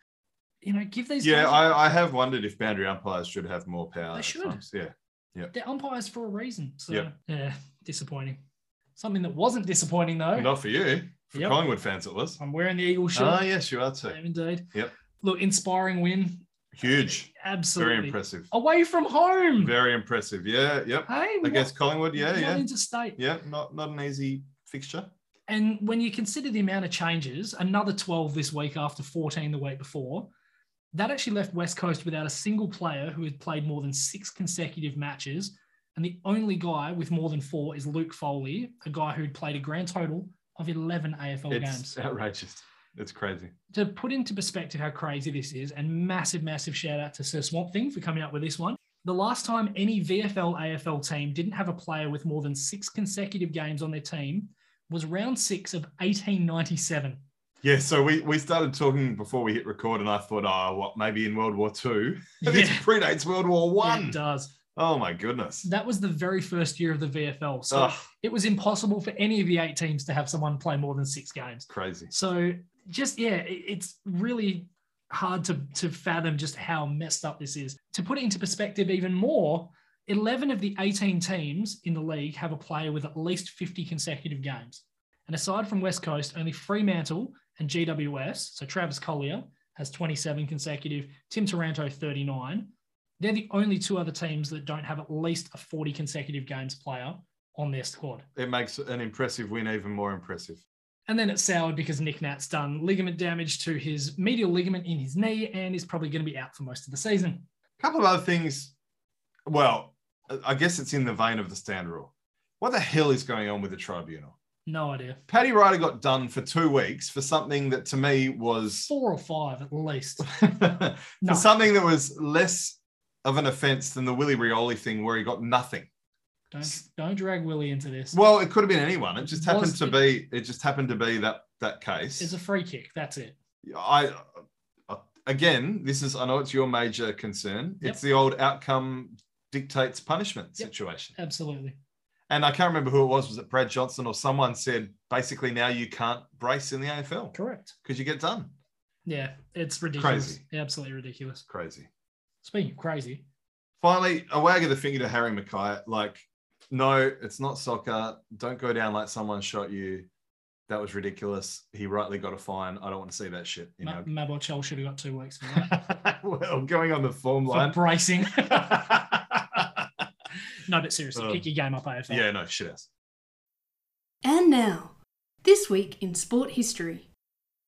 You know, give these Yeah, guys- I, I have wondered if boundary umpires should have more power. They at should. times. Yeah. they're umpires for a reason. So Yep. yeah, disappointing. Something that wasn't disappointing though. Not for you. For Oh, Yep. Collingwood fans, it was. I'm wearing the Eagle shirt. Ah, yes, you are too. I am indeed. Yep. Look, inspiring win. Huge. Absolutely. Very impressive. Away from home. Very impressive. Yeah, yep. hey, what- Against Collingwood, yeah, what yeah. interstate. Yeah, not not an easy fixture. And when you consider the amount of changes, another 12 this week after 14 the week before, that actually left West Coast without a single player who had played more than six consecutive matches. And the only guy with more than four is Luke Foley, a guy who'd played a grand total of 11 AFL it's games. outrageous. It's crazy. To put into perspective how crazy this is, and massive, massive shout out to Sir Swamp Thing for coming up with this one. The last time any VFL AFL team didn't have a player with more than six consecutive games on their team was round six of 1897. Yeah, so we, we started talking before we hit record, and I thought, oh, what, maybe in World War Two? This Yeah, predates World War One. It does. oh my goodness. That was the very first year of the VFL. So oh, it was impossible for any of the eight teams to have someone play more than six games. crazy. So just yeah, it, it's really hard to to fathom just how messed up this is. To put it into perspective even more, 11 of the 18 teams in the league have a player with at least 50 consecutive games. And aside from West Coast, only Fremantle and GWS, so Travis Collier has 27 consecutive, Tim Taranto 39. They're the only two other teams that don't have at least a 40 consecutive games player on their squad. It makes an impressive win even more impressive. And then it's soured because Nick Nat's done ligament damage to his medial ligament in his knee and is probably going to be out for most of the season. A couple of other things. Well, I guess it's in the vein of the stand rule. What the hell is going on with the tribunal? No idea. Paddy Ryder got done for two weeks for something that to me was Four or five at least. for No. something that was less of an offense than the Willy Rioli thing where he got nothing. don't don't drag Willie into this. Well, it could have been anyone. It just happened Was- to be it just happened to be that that case. It's a free kick. That's it. I I- again, this is I know it's your major concern. Yep. It's the old outcome dictates punishment Yep. situation. Absolutely. And I can't remember who it was. Was it Brad Johnson or someone said basically now you can't brace in the AFL Correct. because you get done. Yeah, it's ridiculous. Crazy. Absolutely ridiculous. Crazy. Speaking of crazy, Finally, a wag of the finger to Harry Mackay. Like, no, it's not soccer. Don't go down like someone shot you. That was ridiculous. He rightly got a fine. I don't want to see that shit. You Ma- know. Mabochel should have got two weeks for that. well, going on the form for line. bracing. yeah, no, but seriously, Oh. kick your game up AFL. no, shit ass. And now, this week in sport history.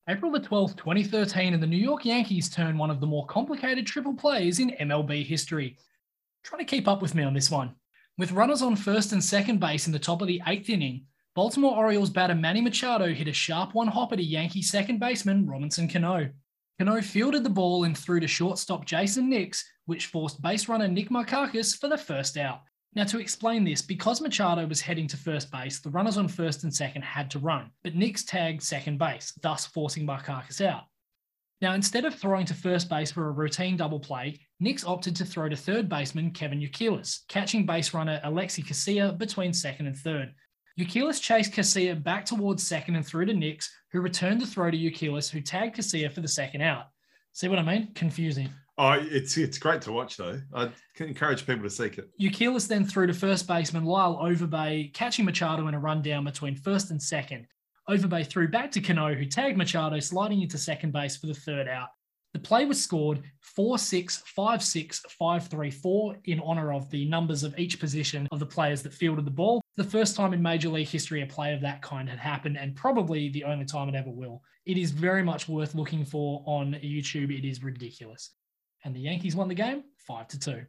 April the 12th, 2013, and the New York Yankees turn one of the more complicated triple plays in MLB history. Try to keep up with me on this one. With runners on first and second base in the top of the eighth inning, Baltimore Orioles batter Manny Machado hit a sharp one hopper to Yankee second baseman Robinson Cano. Cano fielded the ball and threw to shortstop Jason Nix, which forced base runner Nick Markakis for the first out. Now, to explain this, because Machado was heading to first base, the runners on first and second had to run, but Nix tagged second base, thus forcing Markakis out. Now, instead of throwing to first base for a routine double play, Nix opted to throw to third baseman Kevin Ukilis, catching base runner Alexi Casilla between second and third. Ukilis chased Casilla back towards second and through to Nix, who returned the throw to Ukilis, who tagged Casilla for the second out. See what I mean? Confusing. Oh, it's it's great to watch though. I can encourage people to seek it. Ukilis then threw to first baseman Lyle Overbay, catching Machado in a rundown between first and second. Overbay threw back to Cano, who tagged Machado, sliding into second base for the third out. The play was scored 4 6, 5 6, 5 3 4 in honor of the numbers of each position of the players that fielded the ball. The first time in Major League history a play of that kind had happened, and probably the only time it ever will. It is very much worth looking for on YouTube. It is ridiculous. And the Yankees won the game 5 to 2.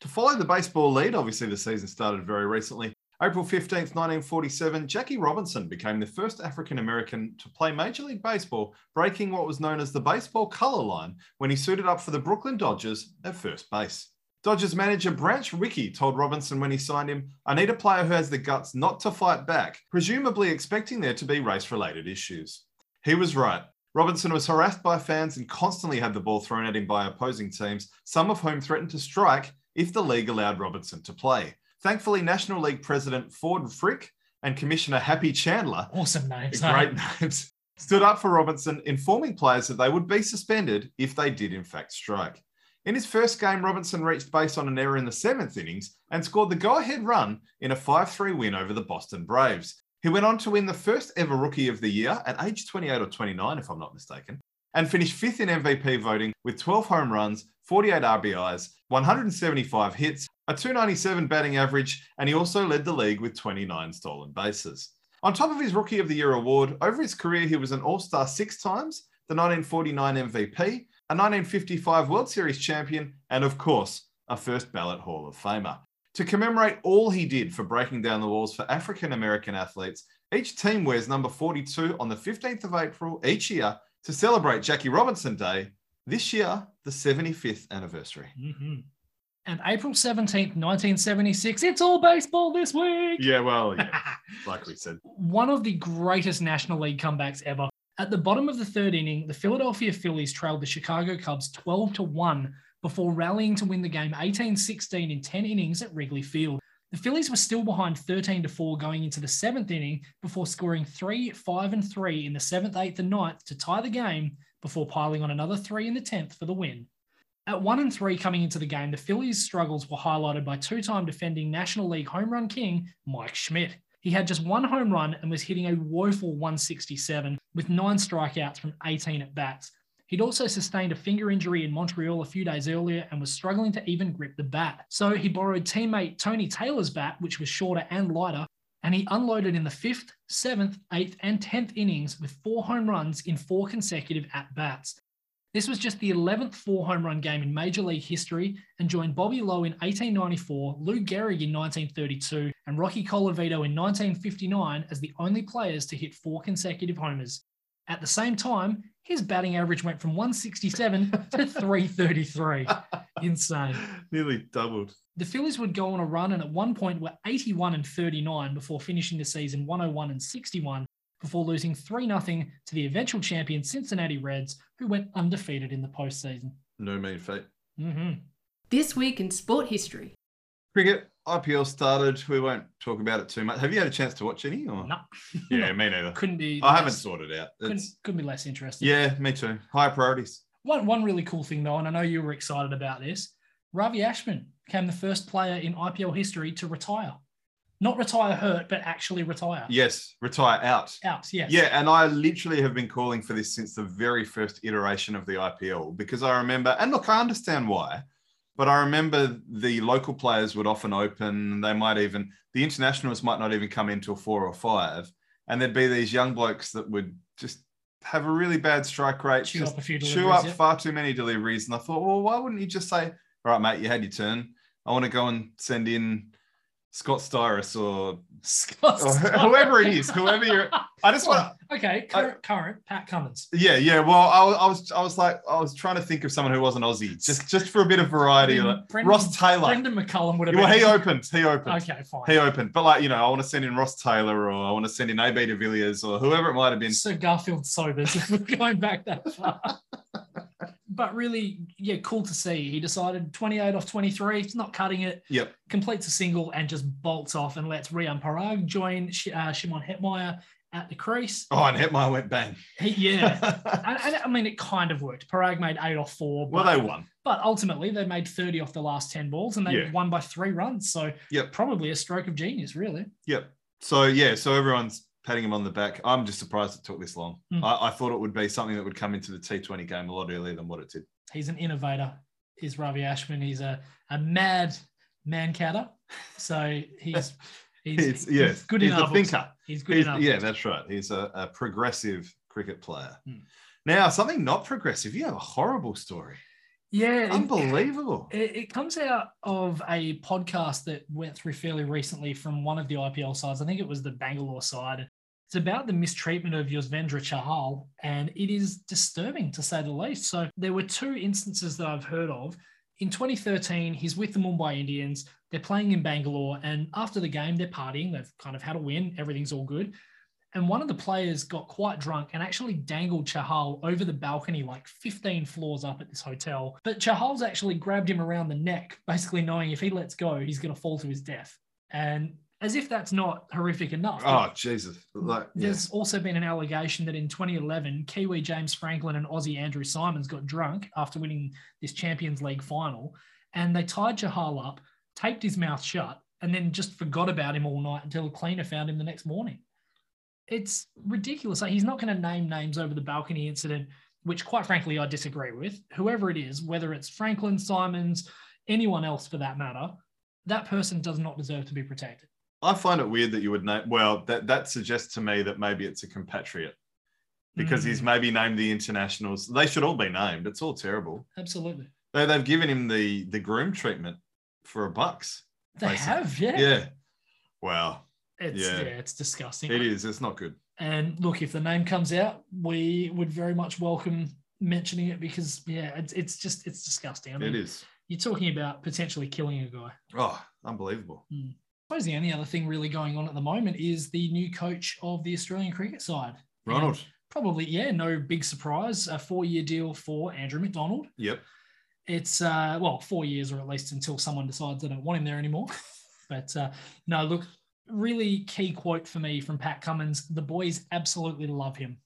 To follow the baseball lead, obviously the season started very recently. April 15th, 1947, Jackie Robinson became the first African American to play Major League Baseball, breaking what was known as the baseball color line when he suited up for the Brooklyn Dodgers at first base. Dodgers manager Branch Rickey told Robinson when he signed him, I need a player who has the guts not to fight back, presumably expecting there to be race related issues. He was right. Robinson was harassed by fans and constantly had the ball thrown at him by opposing teams, some of whom threatened to strike if the league allowed Robinson to play. Thankfully, National League President Ford Frick and Commissioner Happy Chandler, Awesome names. huh? great names, stood up for Robinson, informing players that they would be suspended if they did, in fact, strike. In his first game, Robinson reached base on an error in the seventh innings and scored the go ahead run in a 5 3 win over the Boston Braves. He went on to win the first ever Rookie of the Year at age 28 or 29, if I'm not mistaken, and finished fifth in MVP voting with 12 home runs, 48 RBIs, 175 hits, a 297 batting average, and he also led the league with 29 stolen bases. On top of his Rookie of the Year award, over his career, he was an All Star six times, the 1949 MVP, a 1955 World Series champion, and of course, a first ballot Hall of Famer. To commemorate all he did for breaking down the walls for African American athletes, each team wears number 42 on the 15th of April each year to celebrate Jackie Robinson Day, this year, the 75th anniversary. Mhm. And April 17th, 1976, it's all baseball this week. Yeah, well, like we said. One of the greatest National League comebacks ever. At the bottom of the third inning, the Philadelphia Phillies trailed the Chicago Cubs 12 to 1 before rallying to win the game 18 16 in 10 innings at Wrigley Field. The Phillies were still behind 13 to 4 going into the seventh inning before scoring three, five, and three in the seventh, eighth, and ninth to tie the game before piling on another three in the 10th for the win. At one and three coming into the game, the Phillies' struggles were highlighted by two time defending National League home run king Mike Schmidt. He had just one home run and was hitting a woeful 167 with nine strikeouts from 18 at bats. He'd also sustained a finger injury in Montreal a few days earlier and was struggling to even grip the bat. So he borrowed teammate Tony Taylor's bat, which was shorter and lighter, and he unloaded in the fifth, seventh, eighth, and tenth innings with four home runs in four consecutive at bats. This was just the 11th four home run game in Major League history and joined Bobby Lowe in 1894, Lou Gehrig in 1932, and Rocky Colavito in 1959 as the only players to hit four consecutive homers. At the same time, his batting average went from 167 to 333. Insane. Nearly doubled. The Phillies would go on a run and at one point were 81 and 39 before finishing the season 101 and 61 before losing 3 0 to the eventual champion Cincinnati Reds, who went undefeated in the postseason. No mean feat. Mm-hmm. This week in sport history. Cricket IPL started. We won't talk about it too much. Have you had a chance to watch any? Or No, yeah, me neither. couldn't be. I haven't less- sorted out. Couldn't, It's- couldn't be less interesting. yeah, me too. High priorities. One one really cool thing though, and I know you were excited about this. Ravi Ashman became the first player in IPL history to retire, not retire hurt, but actually retire. Yes, retire out. Out. Yes. Yeah, and I literally have been calling for this since the very first iteration of the IPL because I remember, and look, I understand why, but I remember the local players would often open. They might even, the internationals might not even come in till four or five. And there'd be these young blokes that would just have a really bad strike rate, Chew just up a few chew deliveries, up yeah. far too many deliveries. And I thought, well, why wouldn't you just say, all right, mate, you had your turn. I want to go and send in Scott Styrus or, Scott or Steiner. Oh, whoever it is, whoever you're. I just want to. okay, current, current Pat Cummins. Yeah, yeah. Well, I, was- I was, I was like, I was trying to think of someone who wasn't Aussie, just, just for a bit of variety. Brendan- like, Brendan- Ross Taylor. Brendan McCullum would have well, been. he opened. He opened. okay, fine. He opened. But like, you know, I want to send in Ross Taylor, or I want to send in AB de Villiers, or whoever it might have been. Sir Garfield Sobers. We're going back that far. but really, yeah, cool to see. He decided 28 off 23. He's not cutting it. Yep. Completes a single and just bolts off and lets Rian Parag join Sh- uh, Shimon Hetmeyer at the crease. Oh, and Hetmeyer went bang. He- yeah. and, and I mean, it kind of worked. Parag made eight off four. well, but- they won. but ultimately, they made 30 off the last 10 balls and they Yeah. won by three runs. So Yep. probably a stroke of genius, really. Yep. So yeah, so everyone's patting him on the back. I'm just surprised it took this long. Mm. I, I thought it would be something that would come into the T20 game a lot earlier than what it did. he's an innovator. Is Ravi Ashman? He's a, a mad man catter. So he's he's, It's, he's yes, good he's enough. a thinker. He's good He's- enough. Yeah, that's right. He's a, a progressive cricket player. Hmm. Now, something not progressive. You have a horrible story. yeah. it- Unbelievable. It, it comes out of a podcast that went through fairly recently from one of the IPL sides. I think it was the Bangalore side. It's about the mistreatment of Yuzvendra Chahal, and it is disturbing to say the least. So there were two instances that I've heard of. In 2013, he's with the Mumbai Indians. They're playing in Bangalore, and after the game, they're partying. They've kind of had a win. Everything's all good. And one of the players got quite drunk and actually dangled Chahal over the balcony, like 15 floors up at this hotel. But Chahal's actually grabbed him around the neck, basically knowing if he lets go, he's going to fall to his death. And as if that's not horrific enough. Oh, Jesus. Like, yeah. There's also been an allegation that in 2011, Kiwi James Franklin and Aussie Andrew Simons got drunk after winning this Champions League final, and they tied Jahal up, taped his mouth shut, and then just forgot about him all night until a cleaner found him the next morning. It's ridiculous. Like, he's not going to name names over the balcony incident, which, quite frankly, I disagree with. Whoever it is, whether it's Franklin, Simons, anyone else for that matter, that person does not deserve to be protected. I find it weird that you would name. Well, that, that suggests to me that maybe it's a compatriot because he's Mm, maybe named the internationals. They should all be named. It's all terrible. absolutely. They, they've given him the, the groom treatment for a bucks. They Basically. have, Yeah. Wow. It's yeah, Yeah. it's disgusting. It is. It's not good. And look, if the name comes out, we would very much welcome mentioning it because yeah, it's it's just it's disgusting. I mean, It is. you're talking about potentially killing a guy. Oh, unbelievable. I suppose the only other thing really going on at the moment is the new coach of the Australian cricket side. Ronald. Probably, yeah, no big surprise. A four-year deal for Andrew McDonald. Yep. It's uh, well, four years or at least until someone decides they don't want him there anymore. But uh, no, look, really key quote for me from Pat Cummins the boys absolutely love him.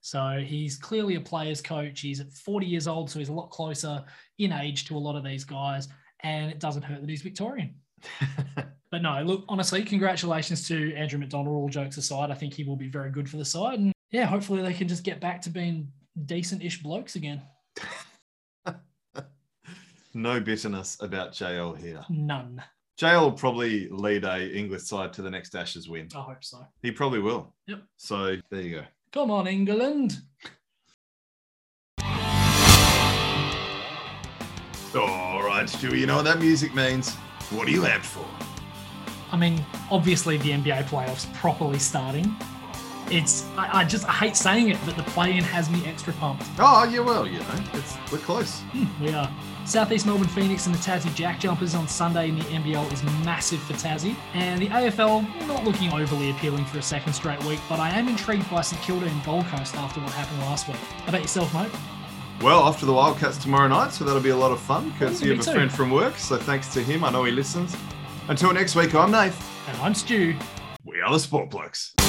So he's clearly a player's coach. He's 40 years old, so he's a lot closer in age to a lot of these guys. And it doesn't hurt that he's Victorian. but no, look, honestly, congratulations to Andrew McDonald. All jokes aside, I think he will be very good for the side. And yeah, hopefully they can just get back to being decent ish blokes again. no bitterness about JL here. None. JL will probably lead a English side to the next Ashes win. I hope so. He probably will. Yep. So there you go. Come on, England. All right, Stewie, you know what that music means. What are you amped for? I mean, obviously the NBA playoffs properly starting. It's I, I just I hate saying it, but the play-in has me extra pumped. Oh, yeah, well, you know, it's we're close. We are. Southeast Melbourne Phoenix and the Tassie Jack Jumpers on Sunday in the NBL is massive for Tassie. And the AFL, not looking overly appealing for a second straight week, but I am intrigued by St Kilda and Gold Coast after what happened last week. How about yourself, mate? Well, off to the Wildcats tomorrow night, so that'll be a lot of fun. Courtesy me of a too. friend from work, so thanks to him. I know he listens. Until next week, I'm Nath. And I'm Stu. We are the Sport Blokes.